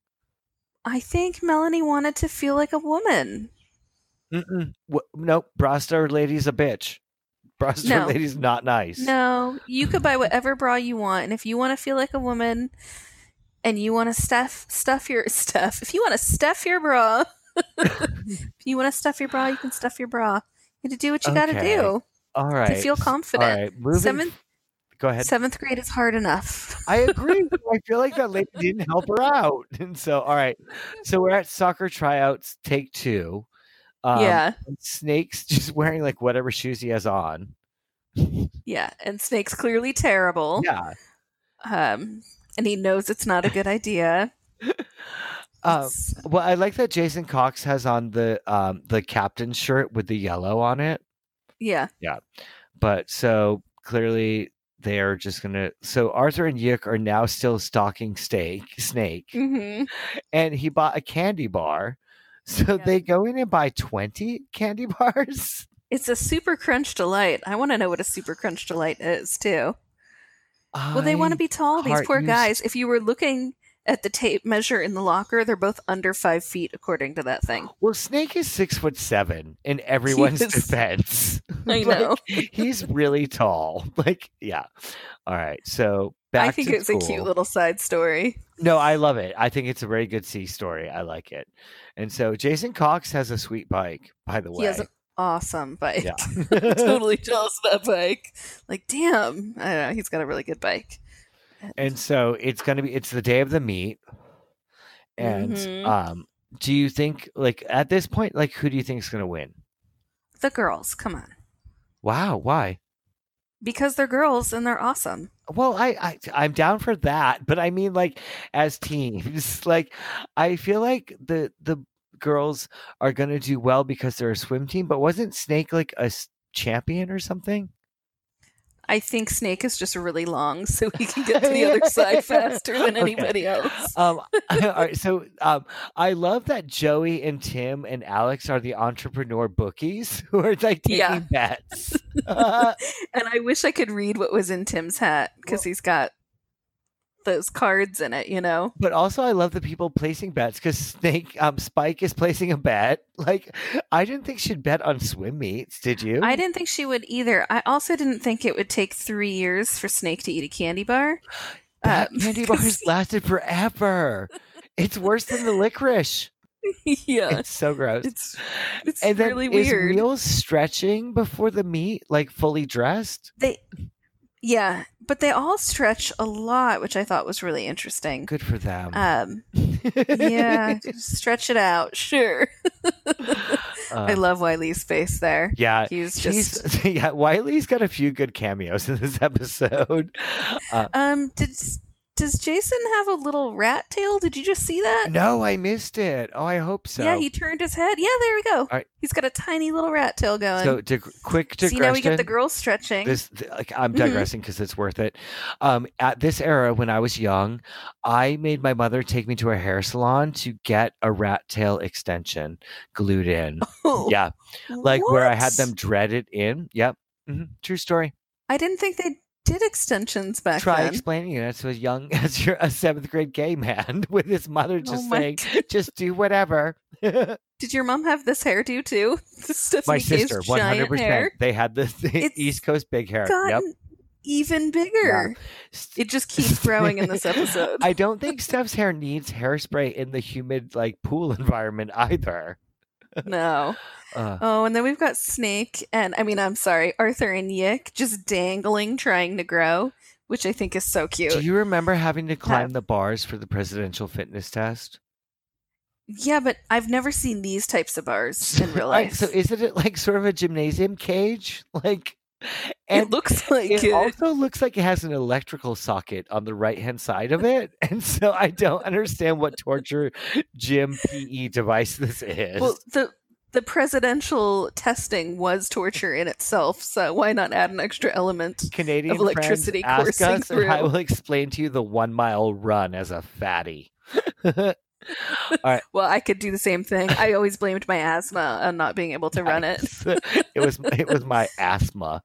S2: I think Melanie wanted to feel like a woman.
S3: Mm-mm. Wh- nope. Bra star lady's a bitch. Bra star
S2: No.
S3: lady's not nice.
S2: No, you could buy whatever bra you want, and if you want to feel like a woman and you want to stuff stuff your *laughs* stuff, if you want to stuff your bra, *laughs* if you want to stuff your bra, you can stuff your bra. You got to do what you got to
S3: Okay.
S2: do
S3: All right.
S2: to feel
S3: s- All
S2: confident.
S3: right. Moving.
S2: Seventh-
S3: Go ahead.
S2: Seventh grade is hard enough.
S3: I agree. but I feel like that lady didn't help her out. And so, all right. So we're at soccer tryouts, take two. Um,
S2: yeah.
S3: and Snake's just wearing like whatever shoes he has on.
S2: Yeah, and Snake's clearly terrible.
S3: Yeah.
S2: Um, and he knows it's not a good
S3: *laughs*
S2: idea.
S3: Um,
S2: It's-
S3: well, I like that Jason Cox has on the um, the captain shirt with the yellow on it.
S2: yeah,
S3: But so clearly they are just gonna. So Arthur and Yik are now still stalking Snake. Snake,
S2: hmm
S3: and he bought a candy bar. So
S2: Yeah.
S3: they go in and buy twenty candy *laughs* bars.
S2: it's a super crunch delight. I want to know what a super crunch delight is too. Well, they want to
S3: I-
S2: be tall, these
S3: heart
S2: poor
S3: use-
S2: guys. If you were looking at the tape measure in the locker, they're both under five feet, according to that
S3: *gasps*
S2: thing.
S3: Well, Snake is six foot seven
S2: *laughs*
S3: in everyone's
S2: is-
S3: defense.
S2: I
S3: *laughs* Like,
S2: know.
S3: he's really tall. *laughs* Like, yeah. All right. So back
S2: I think
S3: to
S2: it's a
S3: school.
S2: cute little side story.
S3: No, I love it. I think it's a very good C story. I like it. And so Jason Cox has a sweet bike, by the way.
S2: He has *laughs* an awesome bike.
S3: Yeah.
S2: *laughs* I'm totally jealous of that bike. Like, damn. I don't know. He's got a really good bike.
S3: *laughs* and so it's gonna be it's the day of the meet. And
S2: Mhm.
S3: um do you think like at this point, like who do you think is gonna win?
S2: The girls, come on.
S3: Wow, why?
S2: Because they're girls and they're awesome.
S3: Well, I, I I'm down for that, but I mean like as teams, *laughs* like I feel like the the girls are gonna do well because they're a swim team, but wasn't Snake like a s- champion or something?
S2: I think Snake is just really long, so he can get to the *laughs* other side faster than
S3: Okay.
S2: anybody else.
S3: Um, *laughs* all right, so um, I love that Joey and Tim and Alex are the entrepreneur bookies *laughs* who are like taking
S2: Yeah.
S3: bets. *laughs*
S2: And I wish I could read what was in Tim's hat because he's got those cards in it, you know?
S3: but also, I love the people placing bets because Snake um, Spike is placing a bet. *laughs* Like, I didn't think she'd bet on swim meets. Did you?
S2: I didn't think she would either. I also didn't think it would take three years for Snake to eat a candy bar. *laughs*
S3: That *laughs*
S2: Um,
S3: candy
S2: 'cause-
S3: bars lasted forever. It's worse than the licorice.
S2: *laughs* yeah.
S3: It's so gross.
S2: Uh, It's it's
S3: and then
S2: really
S3: is
S2: weird.
S3: Wheels stretching before the meet, like fully dressed?
S2: They Yeah, but they all stretch a lot, which I thought was really interesting.
S3: Good for them.
S2: Um Mm.
S3: *laughs*
S2: yeah, just stretch it out. Sure. I
S3: Um,
S2: love Wiley's face there.
S3: Yeah. *laughs*
S2: He's just
S3: He's, yeah, Wiley's got a few good cameos in this
S2: *laughs*
S3: episode. Uh,
S2: Um did does Jason have a little rat tail? Did you just see that?
S3: no, I missed it. Oh, I hope so.
S2: Yeah, he turned his head. Yeah, there we go.
S3: right.
S2: He's got a tiny little rat tail going.
S3: so dig- quick digression.
S2: See, now we get the girls stretching. *laughs*
S3: This, th- like, I'm
S2: Mhm.
S3: digressing because it's worth it. Um, at this era, when I was young, I made my mother take me to a hair salon to get a rat tail extension
S2: *laughs*
S3: glued in. yeah, like where I had
S2: Oh, What?
S3: them dread it in. Yep, hmm true story.
S2: I didn't think they did extensions back
S3: Try
S2: then.
S3: explaining it to a young *laughs* as you're a seventh grade gay man *laughs* with his mother
S2: Oh
S3: just
S2: my
S3: saying, "Just do whatever." *laughs*
S2: Did your mom have this hairdo too? *laughs* Stephanie
S3: my
S2: Gay's
S3: sister, one hundred
S2: giant
S3: percent.
S2: hair
S3: They had the, *laughs* the
S2: It's
S3: East Coast big hair. Yep.
S2: gotten even bigger.
S3: S-
S2: It just
S3: *laughs*
S2: keeps growing in this episode.
S3: I don't think Steph's hair needs hairspray in the humid like pool *laughs* environment either.
S2: no.
S3: Uh,
S2: Oh, and then we've got Snake and I mean, I'm sorry, Arthur and Yick just dangling, trying to grow, which I think is so cute.
S3: do you remember having to climb the bars for the presidential fitness test?
S2: Yeah, but I've never seen these types of
S3: *laughs*
S2: bars in real
S3: Like,
S2: life.
S3: so
S2: *laughs*
S3: isn't it like sort of a gymnasium cage? *laughs* Like,
S2: it
S3: and
S2: looks like
S3: *laughs* it
S2: it.
S3: also looks like it has an electrical socket on the right hand side of it, *laughs* and so I don't understand what torture gym PE device this is.
S2: well, the the presidential testing was torture in itself, so why not add an extra element?
S3: Canadian
S2: of electricity
S3: friends, ask
S2: coursing
S3: us, and I
S2: through.
S3: will explain to you the one mile run as a fatty.
S2: Well, I could do the same thing.
S3: *laughs*
S2: I always blamed my asthma on not being able to run it.
S3: it was it
S2: *laughs*
S3: was my asthma.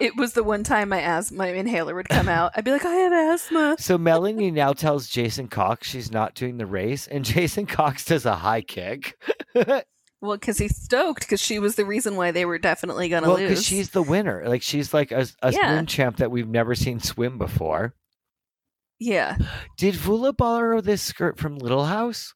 S2: It was the one time my asthma my inhaler would come out. I'd be like, I have asthma.
S3: So Melanie now tells Jason Cox she's not doing the race, and Jason Cox does a high kick.
S2: Well, because he's stoked because she was the reason why they were definitely going to
S3: well, because
S2: lose.
S3: she's the winner. Like she's like a, a
S2: Yeah.
S3: swim champ that we've never seen swim before.
S2: Yeah,
S3: Did Vula borrow this skirt from Little House?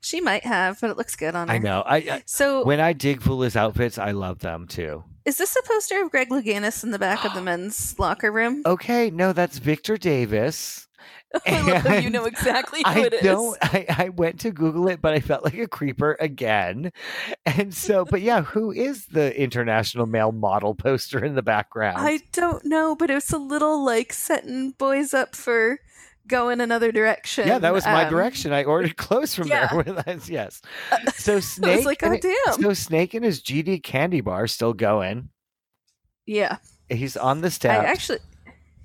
S2: she might have, but it looks good on her.
S3: I know. I, I
S2: So
S3: when I dig Vula's outfits, I love them too.
S2: Is this a poster of Greg Louganis in the back
S3: *gasps*
S2: of the men's locker room?
S3: Okay, no, that's Victor Davis.
S2: *laughs* I love how you
S3: and
S2: know exactly *laughs* who
S3: *laughs* I
S2: it is.
S3: don't. I, I went to Google it, but I felt like a creeper again. And so, but yeah, who is the international male model poster in the background?
S2: I don't know, but it's a little like setting boys up for going another direction.
S3: yeah, that was my
S2: Um,
S3: direction. I ordered clothes from
S2: yeah. Uh,
S3: there. *laughs* When I, yes.
S2: *laughs*
S3: So
S2: I
S3: snake.
S2: was like,
S3: and
S2: oh
S3: it-
S2: damn.
S3: so snake and his GD candy bar still going.
S2: yeah,
S3: He's on the
S2: I
S3: steps.
S2: actually,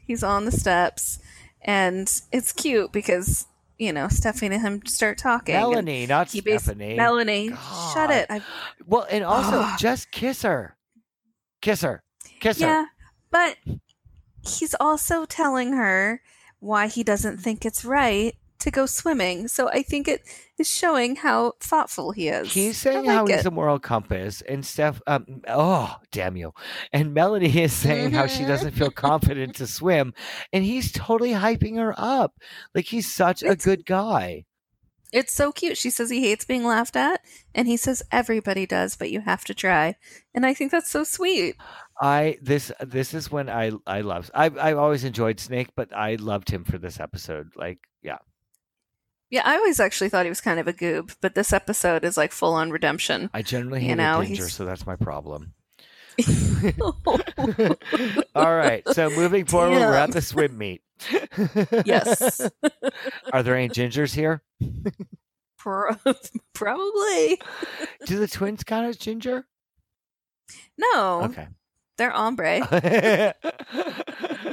S2: he's on the steps, and it's cute because you know Stephanie and him start talking. and
S3: Melanie, not
S2: he bas-
S3: Stephanie.
S2: Melanie,
S3: God.
S2: shut it. I,
S3: Well,
S2: *gasps*
S3: and also
S2: Ugh.
S3: just kiss her, kiss her, kiss her.
S2: yeah, but he's also telling her why he doesn't think it's right to go swimming. So I think it is showing how thoughtful he is.
S3: He's saying
S2: I
S3: how
S2: like
S3: he's a moral compass, and Steph, um, oh damn you, and Melanie *laughs* is saying how she
S2: Mm-hmm.
S4: Mhm.
S3: doesn't feel confident to swim, and he's totally hyping her up, like he's such a
S2: It's-
S3: good guy.
S2: It's so cute. She says he hates being laughed at, and he says everybody does, but you have to try. And I think that's so sweet.
S3: I this this is when I I love I've I've always enjoyed Snake, but I loved him for this episode. Like yeah,
S2: Yeah, I always actually thought he was kind of a goob, but this episode is like full on
S3: *laughs*
S2: redemption. *laughs*
S3: I generally
S2: You
S3: hate
S2: know,
S3: danger,
S2: he's-
S3: so that's
S2: *laughs*
S3: my problem. All right, so moving forward, we're at
S2: Damn.
S3: the swim meet. *laughs*
S2: yes.
S3: Are there any gingers here?
S2: Pro- *laughs* probably.
S3: Do the twins count as ginger?
S2: No,
S3: Okay.
S2: they're
S3: Uh,
S2: ombre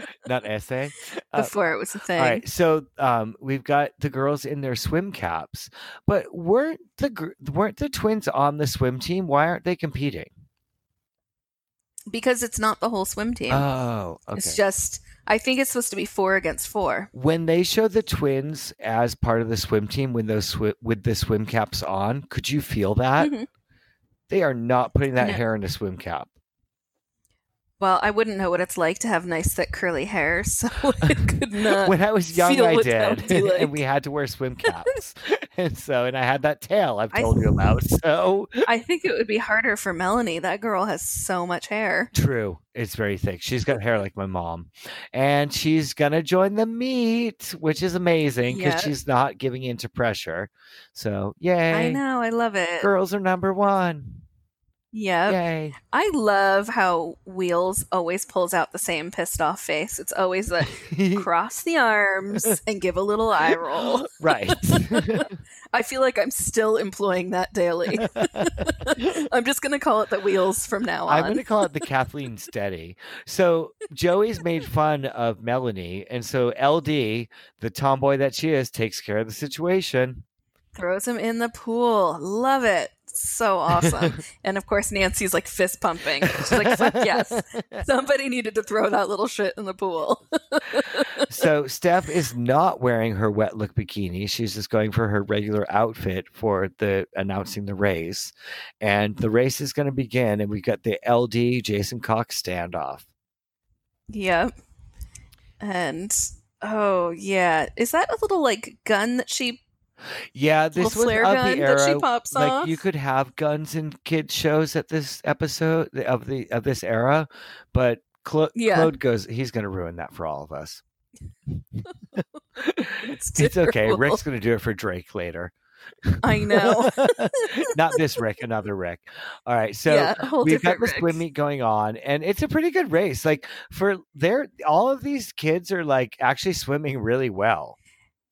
S2: *laughs*
S3: *laughs* Not essay. Uh,
S2: before it was a thing.
S3: All right, so um, we've got the girls in their swim caps, but weren't the gr- weren't the twins on the swim team? Why aren't they competing?
S2: Because it's not the whole swim team.
S3: Oh, okay.
S2: It's just, I think it's supposed to be four against four.
S3: when they show the twins as part of the swim team, when those swi with the swim caps on, could you feel that
S2: Mhm.
S3: they are not putting that
S2: No.
S3: hair in a swim cap?
S2: Well, I wouldn't know what it's like to have nice, thick, curly hair, *laughs* so I
S3: *laughs*
S2: could not.
S3: when I was young,
S2: *laughs* feel
S3: I
S2: what that would
S3: did,
S2: be
S3: and
S2: like.
S3: we had to
S2: *laughs*
S3: wear swim caps, and so and I had that tail I've
S2: I-
S3: told you about. So
S2: I think it would be harder for Melanie. That girl has so much hair.
S3: True. It's very thick. She's got hair like my mom. And she's going to join the meet, which is amazing because
S2: Yeah.
S3: she's not giving in to pressure. So, yay.
S2: I know. I love it.
S3: Girls are number one.
S2: Yeah.
S3: Yay.
S2: I love how Wheels always pulls out the same pissed off face. It's always the
S3: *laughs*
S2: cross the arms and give a little eye roll.
S3: right.
S2: I feel like I'm still employing that
S3: *laughs*
S2: daily. I'm just going to call it the Wheels from now
S3: I'm
S2: on.
S3: going to call
S2: *laughs*
S3: it the Kathleen Steady. So, Joey's made fun of Melanie. And so, LD, the tomboy that she is, takes care of the situation.
S2: Throws him in the pool. Love it. So
S3: *laughs*
S2: awesome. and of course, Nancy's like fist pumping. She's like, fuck
S3: *laughs*
S2: yes. Somebody needed to throw that little shit in the pool. *laughs*
S3: so Steph is not wearing her wet look bikini. She's just going for her regular outfit for the announcing the race. And the race is going to begin and we've got the LD Jason Cox standoff.
S2: Yep. And oh yeah, is that a little like gun that she?
S3: Yeah, this
S2: Little
S3: was
S2: flare
S3: of
S2: gun
S3: the
S2: that she
S3: era,
S2: pops
S3: like
S2: off?
S3: you could have guns in kids shows at this episode of the of this era, but Cla-
S2: Yeah.
S3: Claude goes he's going to ruin that for all
S2: *laughs*
S3: of us.
S2: It's,
S3: It's okay.
S2: terrible.
S3: Rick's going to do it for Drake later.
S2: *laughs* I know.
S3: *laughs* Not
S2: *laughs*
S3: this Rick, another Rick. All right. So
S2: yeah, a whole
S3: we've got
S2: different
S3: the swim
S2: Rick.
S3: meet going on and it's a pretty good race like for their all of these kids are like actually swimming really well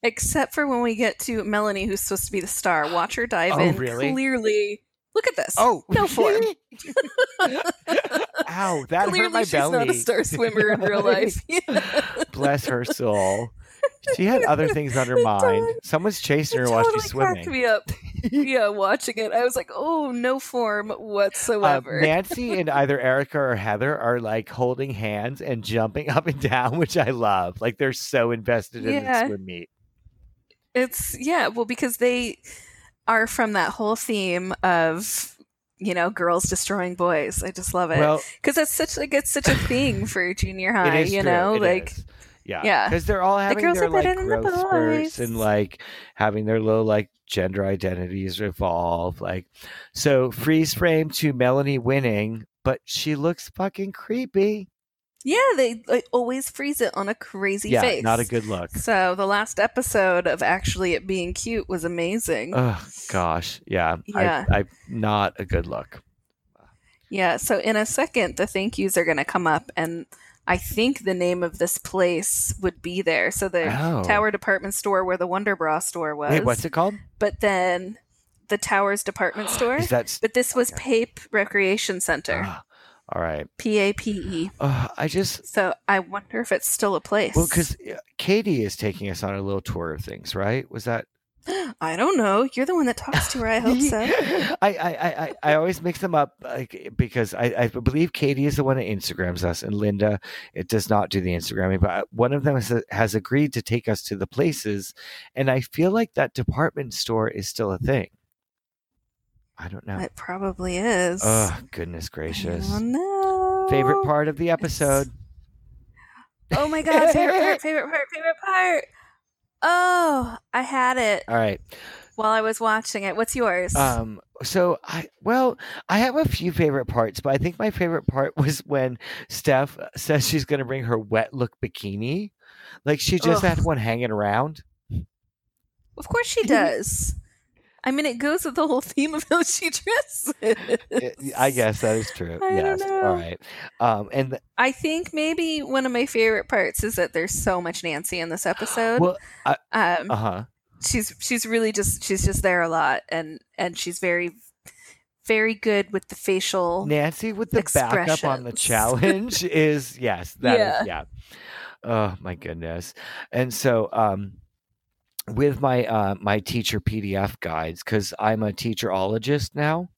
S2: Except for when we get to Melanie, who's supposed to be the star. Watch her dive
S3: Oh,
S2: in.
S3: really?
S2: Clearly, look at this.
S3: oh
S2: *laughs*
S3: *laughs*
S2: No form.
S3: ow that
S2: Clearly,
S3: hurt my
S2: she's
S3: belly
S2: not a star swimmer in
S3: *laughs*
S2: real life. *laughs*
S3: bless her soul she had other things on her
S2: It
S3: mind
S2: totally-
S3: someone's chasing her
S2: It
S3: while
S2: totally
S3: she's
S2: cracked
S3: swimming
S2: me
S3: *laughs*
S2: up. yeah, watching it, I was like, "Oh, no form whatsoever."
S3: Uh, Nancy and either Erica or Heather are like holding hands and jumping *laughs* up and down, which I love. Like they're so invested in the
S2: Yeah.
S3: swim meet.
S2: It's yeah, well, because they are from that whole theme of you know girls destroying boys. I just love it
S3: Well,
S2: because that's such like it's such a thing for junior high.
S3: It is
S2: uh, You
S3: true.
S2: know,
S3: It
S2: like
S3: is. yeah,
S2: yeah.
S3: because they're all having
S2: girls
S3: their
S2: are better
S3: like
S2: than the
S3: growth spurts and
S2: boys.
S3: like having their little like gender identities evolve. Like, so freeze frame to Melanie winning, but she looks fucking creepy.
S2: yeah, they like always freeze it on a crazy
S3: yeah,
S2: face.
S3: not a good look.
S2: So the last episode of actually it being cute was amazing.
S3: Oh gosh, yeah,
S2: Yeah.
S3: I, I not a good look.
S2: Yeah, so in a second, the thank yous are going to come up, and I think the name of this place would be there. So the
S3: Oh.
S2: Tower Department Store, where the Wonder Bra store was,
S3: Wait, what's it called?
S2: but then the Towers Department Store.
S3: *gasps* Is that s-
S2: but this was Pape Recreation Center,
S3: Ah, all right?
S2: P A P E.
S3: Uh, I just
S2: So I wonder if it's still a place.
S3: well because Katie is taking us on a little tour of things, right? Was that
S2: *gasps* I don't know. You're the one that talks to her. I
S3: *laughs*
S2: hope so.
S3: I, I, I, I- I always mix them up like, because I, I believe Katie is the one that Instagrams us, and Linda it does not do the Instagramming. But uh, one of them has, has agreed to take us to the places, and I feel like that department store is still a thing. I don't know.
S2: It probably is.
S3: Oh goodness gracious!
S2: Oh, no.
S3: Favorite part of the episode?
S2: Oh my god! Favorite
S3: *laughs*
S2: part. Favorite part. Favorite part. Oh, I had it
S3: All right.
S2: while I was watching it. What's yours?
S3: Um, so I well, I have a few favorite parts, but I think my favorite part *laughs* was when Steph says she's gonna bring her wet look bikini. Like she just
S2: Ugh.
S3: had one hanging around.
S2: of course
S3: *laughs*
S2: she does. I mean, it goes with the whole theme of how she *laughs* dresses.
S3: I-
S2: *laughs*
S3: I guess that is true.
S2: I don't
S3: yes.
S2: know.
S3: All right. Um and th-
S2: I think maybe one of my favorite parts is that there's so much Nancy in this episode. *laughs*
S3: Well, I-
S2: um,
S3: uh-huh.
S2: she's she's really just she's just there a lot, and and she's very very good with the facial.
S3: Nancy with the backup on the
S2: Expressions. *laughs*
S3: challenge is yes, that
S2: Yeah.
S3: is- yeah. Oh my goodness. And so um with my uh my teacher PDF guides, because I'm a teacherologist now.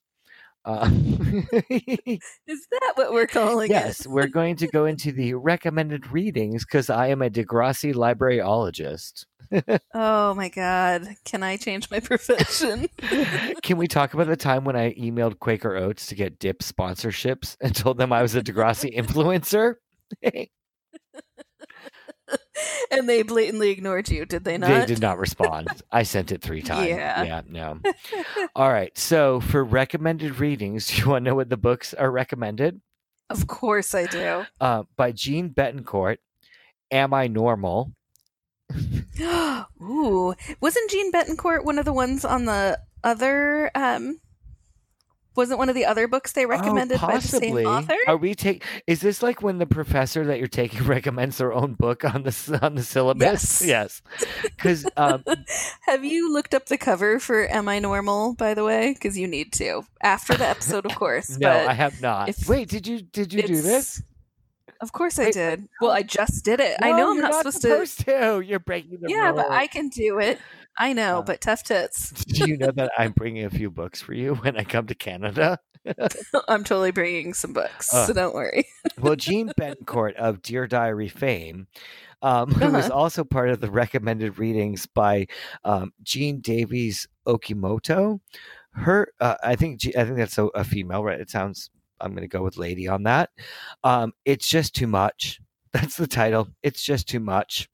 S3: Uh, *laughs*
S2: Is that what we're calling it?
S3: yes,
S2: *laughs*
S3: we're going to go into the recommended readings because I am a Degrassi libraryologist.
S2: Oh my god! Can I change my *laughs*
S3: *laughs*
S2: profession?
S3: Can we talk about the time when I emailed Quaker Oats to get dip sponsorships and told them I was
S2: *laughs*
S3: a Degrassi influencer?
S2: and they blatantly ignored you, did they not?
S3: They did not respond. I sent
S2: *laughs*
S3: it three times.
S2: Yeah.
S3: yeah, no. All right. So for recommended readings, *laughs* do you want to know what the books are recommended?
S2: Of course I do. *gasps*
S3: Uh, by Jean Betancourt, Am I Normal?
S2: Ooh, wasn't Jean Betancourt one of the ones on the other? Um, wasn't one of the other books they recommended
S3: oh,
S2: by the same
S3: possibly.
S2: author?
S3: Are we take? Is this like when the professor that you're taking *laughs* recommends their own book on the s- on the syllabus? Yes.
S2: *laughs*
S3: Because um,
S2: Have you looked up the cover for "Am I Normal"? By the way, because you need to after the episode,
S3: *laughs*
S2: of course.
S3: no,
S2: but
S3: I have not.
S2: if-
S3: Wait, did you did you do this?
S2: it's- Of course I
S3: Wait,
S2: did. well, I just did it. I
S3: No,
S2: know I'm
S3: you're
S2: not, supposed,
S3: supposed to. You're breaking the
S2: to. Yeah, but
S3: rules.
S2: I can do it. I know,
S3: Uh,
S2: but tough tits. *laughs*
S3: Do you know that I'm bringing a few books for you when I come to Canada?
S2: I'm totally bringing some books,
S3: Uh,
S2: so don't worry. *laughs*
S3: Well, Jean Bencourt of Dear Diary fame, um, who was
S2: Uh-huh.
S3: also part of the recommended readings by um, Jean Davies Okimoto, her uh, I think G- I think that's a, a female, right? It sounds I'm going to go with lady on that. Um, it's just too much. That's the title. It's just too much.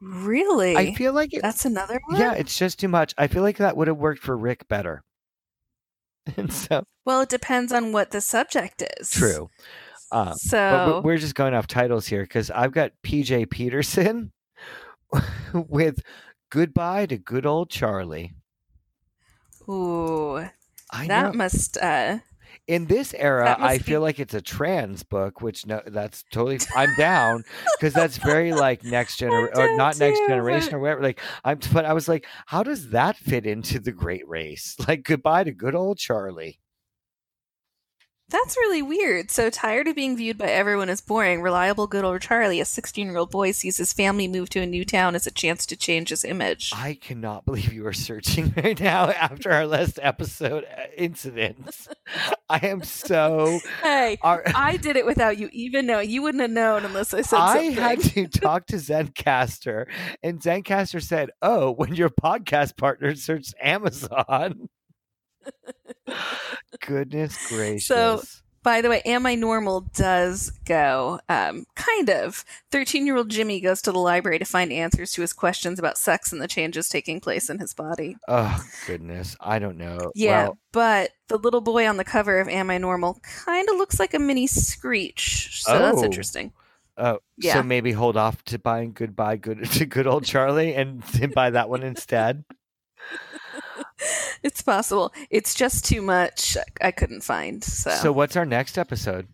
S2: Really?
S3: I feel like it,
S2: That's another one.
S3: yeah, it's just too much. I feel like that would have worked for Rick better. *laughs* And so
S2: Well, it depends on what the subject is.
S3: true. Um, But
S2: So
S3: we- we're just going off titles here because I've got PJ Peterson *laughs* with Goodbye to Good Old Charlie.
S2: ooh,
S3: I
S2: that
S3: know.
S2: must uh
S3: In this era,
S2: that must
S3: I feel like it's a trans book, which no, that's totally. I'm down because
S2: *laughs*
S3: that's very like next generation or
S2: down
S3: not next
S2: too, but-
S3: generation or whatever. Like I'm, but I was like, how does that fit into the Great Race? *laughs* Like goodbye to good old Charlie.
S2: that's really weird. So tired of being viewed by everyone as boring, reliable good old Charlie, a 16-year-old boy sees his family move to a new town as a chance to change his image.
S3: I cannot believe you are searching *laughs* right now after our last episode uh,
S2: *laughs*
S3: incidents. I am so.
S2: Hey,
S3: Our,
S2: *laughs*
S3: *laughs*
S2: I did it without you even knowing. You wouldn't have known unless I said
S3: I
S2: something.
S3: had to
S2: *laughs*
S3: talk to Zencaster, and Zencaster said, "Oh, when your podcast partner searched
S2: *laughs*
S3: Amazon." Goodness gracious!
S2: By the way, Am I Normal does go, um, kind of. 13 year old Jimmy goes to the library to find answers to his questions about sex and the changes taking place in his body.
S3: oh goodness, I don't know.
S2: Yeah,
S3: Well,
S2: but the little boy on the cover of Am I Normal kind of looks like a mini Screech. So that's
S3: Oh.
S2: interesting.
S3: oh,
S2: Yeah.
S3: so maybe hold off to buying goodbye good *laughs* to good old Charlie and then buy
S2: *laughs*
S3: that one instead.
S2: *laughs* It's possible. It's just too much. I couldn't find. So,
S3: So, what's our next episode?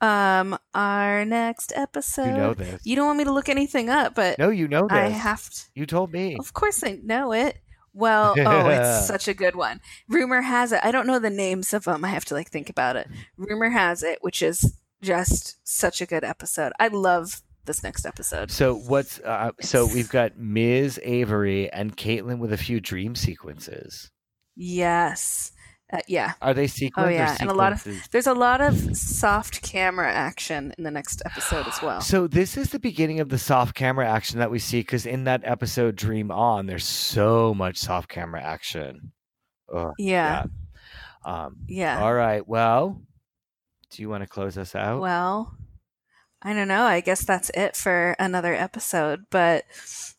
S2: um, our next episode.
S3: You know this.
S2: You don't want me to look anything up, but
S3: No, you know this.
S2: Uh, I have to.
S3: You told me.
S2: Of course I know it.
S3: *laughs*
S2: Well, oh, it's such a good one. Rumor has it. I don't know the names of them. I have to like think about it. Rumor has it, which is just such a good episode. I love this next episode.
S3: So what's uh, so we've got Ms. Avery and Caitlin with a few dream sequences.
S2: Yes. Uh, yeah.
S3: Are they sequences?
S2: Oh, yeah,
S3: sequences?
S2: and a lot of- There's a lot of soft camera action in the next episode as
S3: *sighs*
S2: well.
S3: So this is the beginning of the soft camera action that we see because in that episode Dream On, there's so much soft camera action. Ugh,
S2: yeah.
S3: yeah. Um,
S2: Yeah.
S3: All right. Well, do you want to close us out?
S2: Well, I don't know. I guess that's it for another episode. But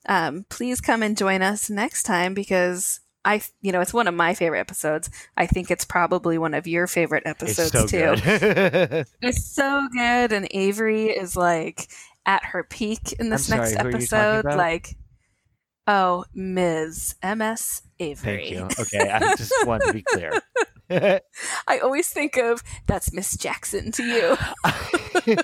S2: um, please come and join us next time because I, you know, it's one of my favorite episodes. I think it's probably one of your favorite
S3: it's
S2: episodes
S3: so
S2: too.
S3: good. *laughs*
S2: It's so good, and Avery is like at her peak in this
S3: I'm
S2: next
S3: sorry, who are you talking
S2: episode.
S3: about?
S2: Like, oh, Ms. M.S. Avery.
S3: Thank you. Okay, I just wanted to be
S2: *laughs*
S3: clear. *laughs*
S2: I always think of that's Miss Jackson to
S3: *sighs*
S2: you.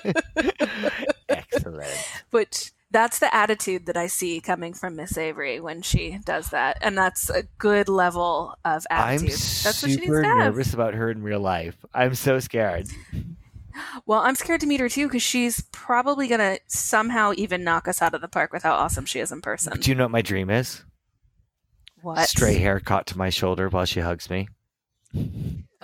S3: Excellent.
S2: which that's the attitude that I see coming from Miss Avery when she does that, and that's a good level of attitude.
S3: I'm
S2: that's what she needs
S3: super
S2: to have.
S3: nervous about her in real life. I'm so scared.
S2: Well, I'm scared to meet her too because she's probably gonna somehow even knock us out of the park with how awesome she is in person.
S3: Do you know what my dream is?
S2: Um, What?
S3: Stray hair caught to my shoulder while she hugs me. *laughs*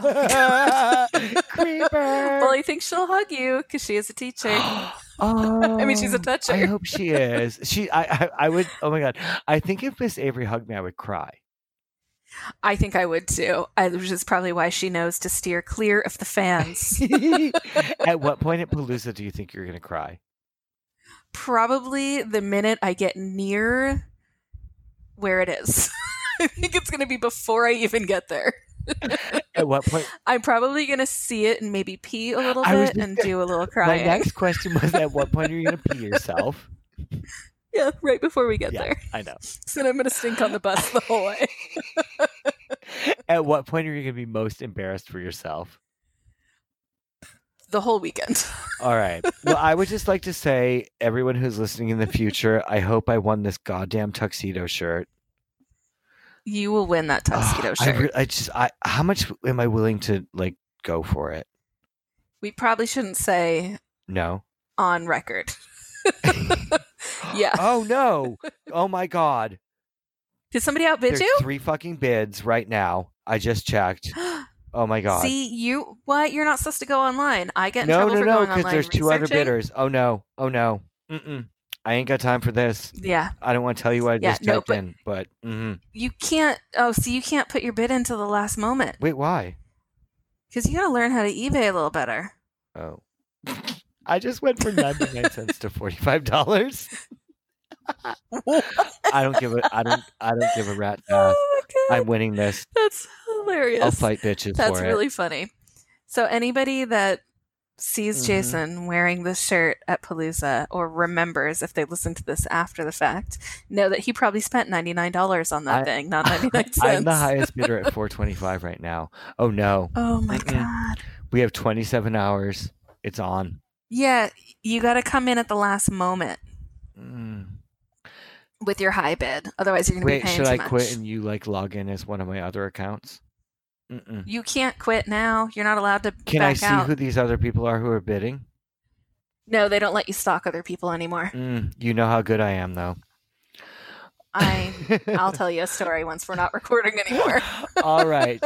S2: Well,
S3: Creeper.
S2: I think she'll hug you because she is a teacher.
S3: *gasps* Oh,
S2: *laughs* I mean, she's a toucher.
S3: I hope she is. She. I, I. I would. Oh my god. I think if Miss Avery hugged me, I
S2: *laughs*
S3: would cry.
S2: I think I would too, I, which is probably why she knows to steer clear of the fans.
S3: *laughs* At what point at Palooza do you think you're going to cry?
S2: probably the minute I get near where it is. *laughs* I think it's going to be before I even get there.
S3: At what point?
S2: I'm probably going to see it and maybe pee a little
S3: I was
S2: bit
S3: just
S2: and
S3: gonna-
S2: do a
S3: *laughs*
S2: little
S3: My
S2: crying.
S3: next question was: At what point are you going to
S2: *laughs*
S3: pee yourself?
S2: Yeah, right before we get
S3: Yeah.
S2: there.
S3: I know.
S2: So then I'm going to stink on the bus the whole
S3: *laughs*
S2: way.
S3: At what point are you going to be most embarrassed for yourself?
S2: The whole weekend.
S3: All right. Well, I would just like to say, everyone who's listening in the future, I hope I won this goddamn tuxedo shirt.
S2: You will win that *gasps* tuxedo
S3: Ugh,
S2: shirt.
S3: Ah, I, re- I just, I, how much am I willing to like go for it?
S2: we probably shouldn't say *laughs*
S3: No.
S2: on record. *laughs* Yeah.
S3: Oh no. Oh my god.
S2: Did somebody outbid
S3: There's
S2: you?
S3: three fucking bids right now. I just checked. Oh my *gasps* god.
S2: See, you what? You're not supposed to go online. I get in
S3: no,
S2: trouble
S3: no,
S2: for
S3: no,
S2: going online.
S3: there's two other
S2: researching.
S3: bidders. Oh no. Oh no. Mm-mm. I ain't got time for this.
S2: Yeah.
S3: I don't want to tell you what I
S2: Yeah,
S3: just
S2: no,
S3: typed
S2: but-
S3: in, but mhm.
S2: you can't oh so you can't put your bid into the last moment
S3: wait, why?
S2: because you gotta learn how to ebay a little better
S3: Oh. I just went from *laughs* 99 cents to $45. I don't give a I don't I don't give a rat ass.
S2: oh my
S3: Uh, I'm
S2: god
S3: winning this.
S2: that's
S3: I'll
S2: hilarious
S3: fight bitches
S2: that's
S3: for *laughs*
S2: really
S3: it.
S2: funny so anybody that sees
S3: Mhm.
S2: jason wearing this shirt at palooza or remembers if they listen to this after the fact know that he probably spent $99 on that
S3: I-
S2: thing not 99 cents
S3: *laughs* I'm the highest bidder at 425 right now. Oh no.
S2: oh my
S3: Mm-mm.
S2: god
S3: We have 27 hours. It's on.
S2: yeah you gotta come in at the last moment
S3: Mm.
S2: with your high bid otherwise you're gonna
S3: Wait,
S2: be paying
S3: should
S2: too
S3: I
S2: much.
S3: quit and you like log in as one of my other accounts? Mm-mm.
S2: You can't quit now. You're not allowed to
S3: Can
S2: back
S3: I see
S2: out.
S3: who these other people are who are bidding?
S2: no, they don't let you stalk other people anymore.
S3: Mm, you know how good I am, though. *laughs*
S2: I I'll tell you a story once we're not recording anymore.
S3: all right.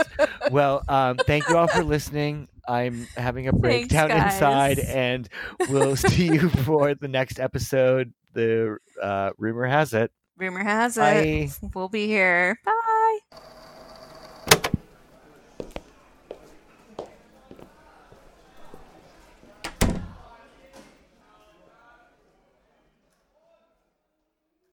S3: Well, um, thank you all for listening. I'm having a
S2: Thanks,
S3: breakdown
S2: guys.
S3: inside, and we'll see you for the next episode. The uh, rumor has it.
S2: Rumor has it
S3: Bye.
S2: we'll be here. Bye.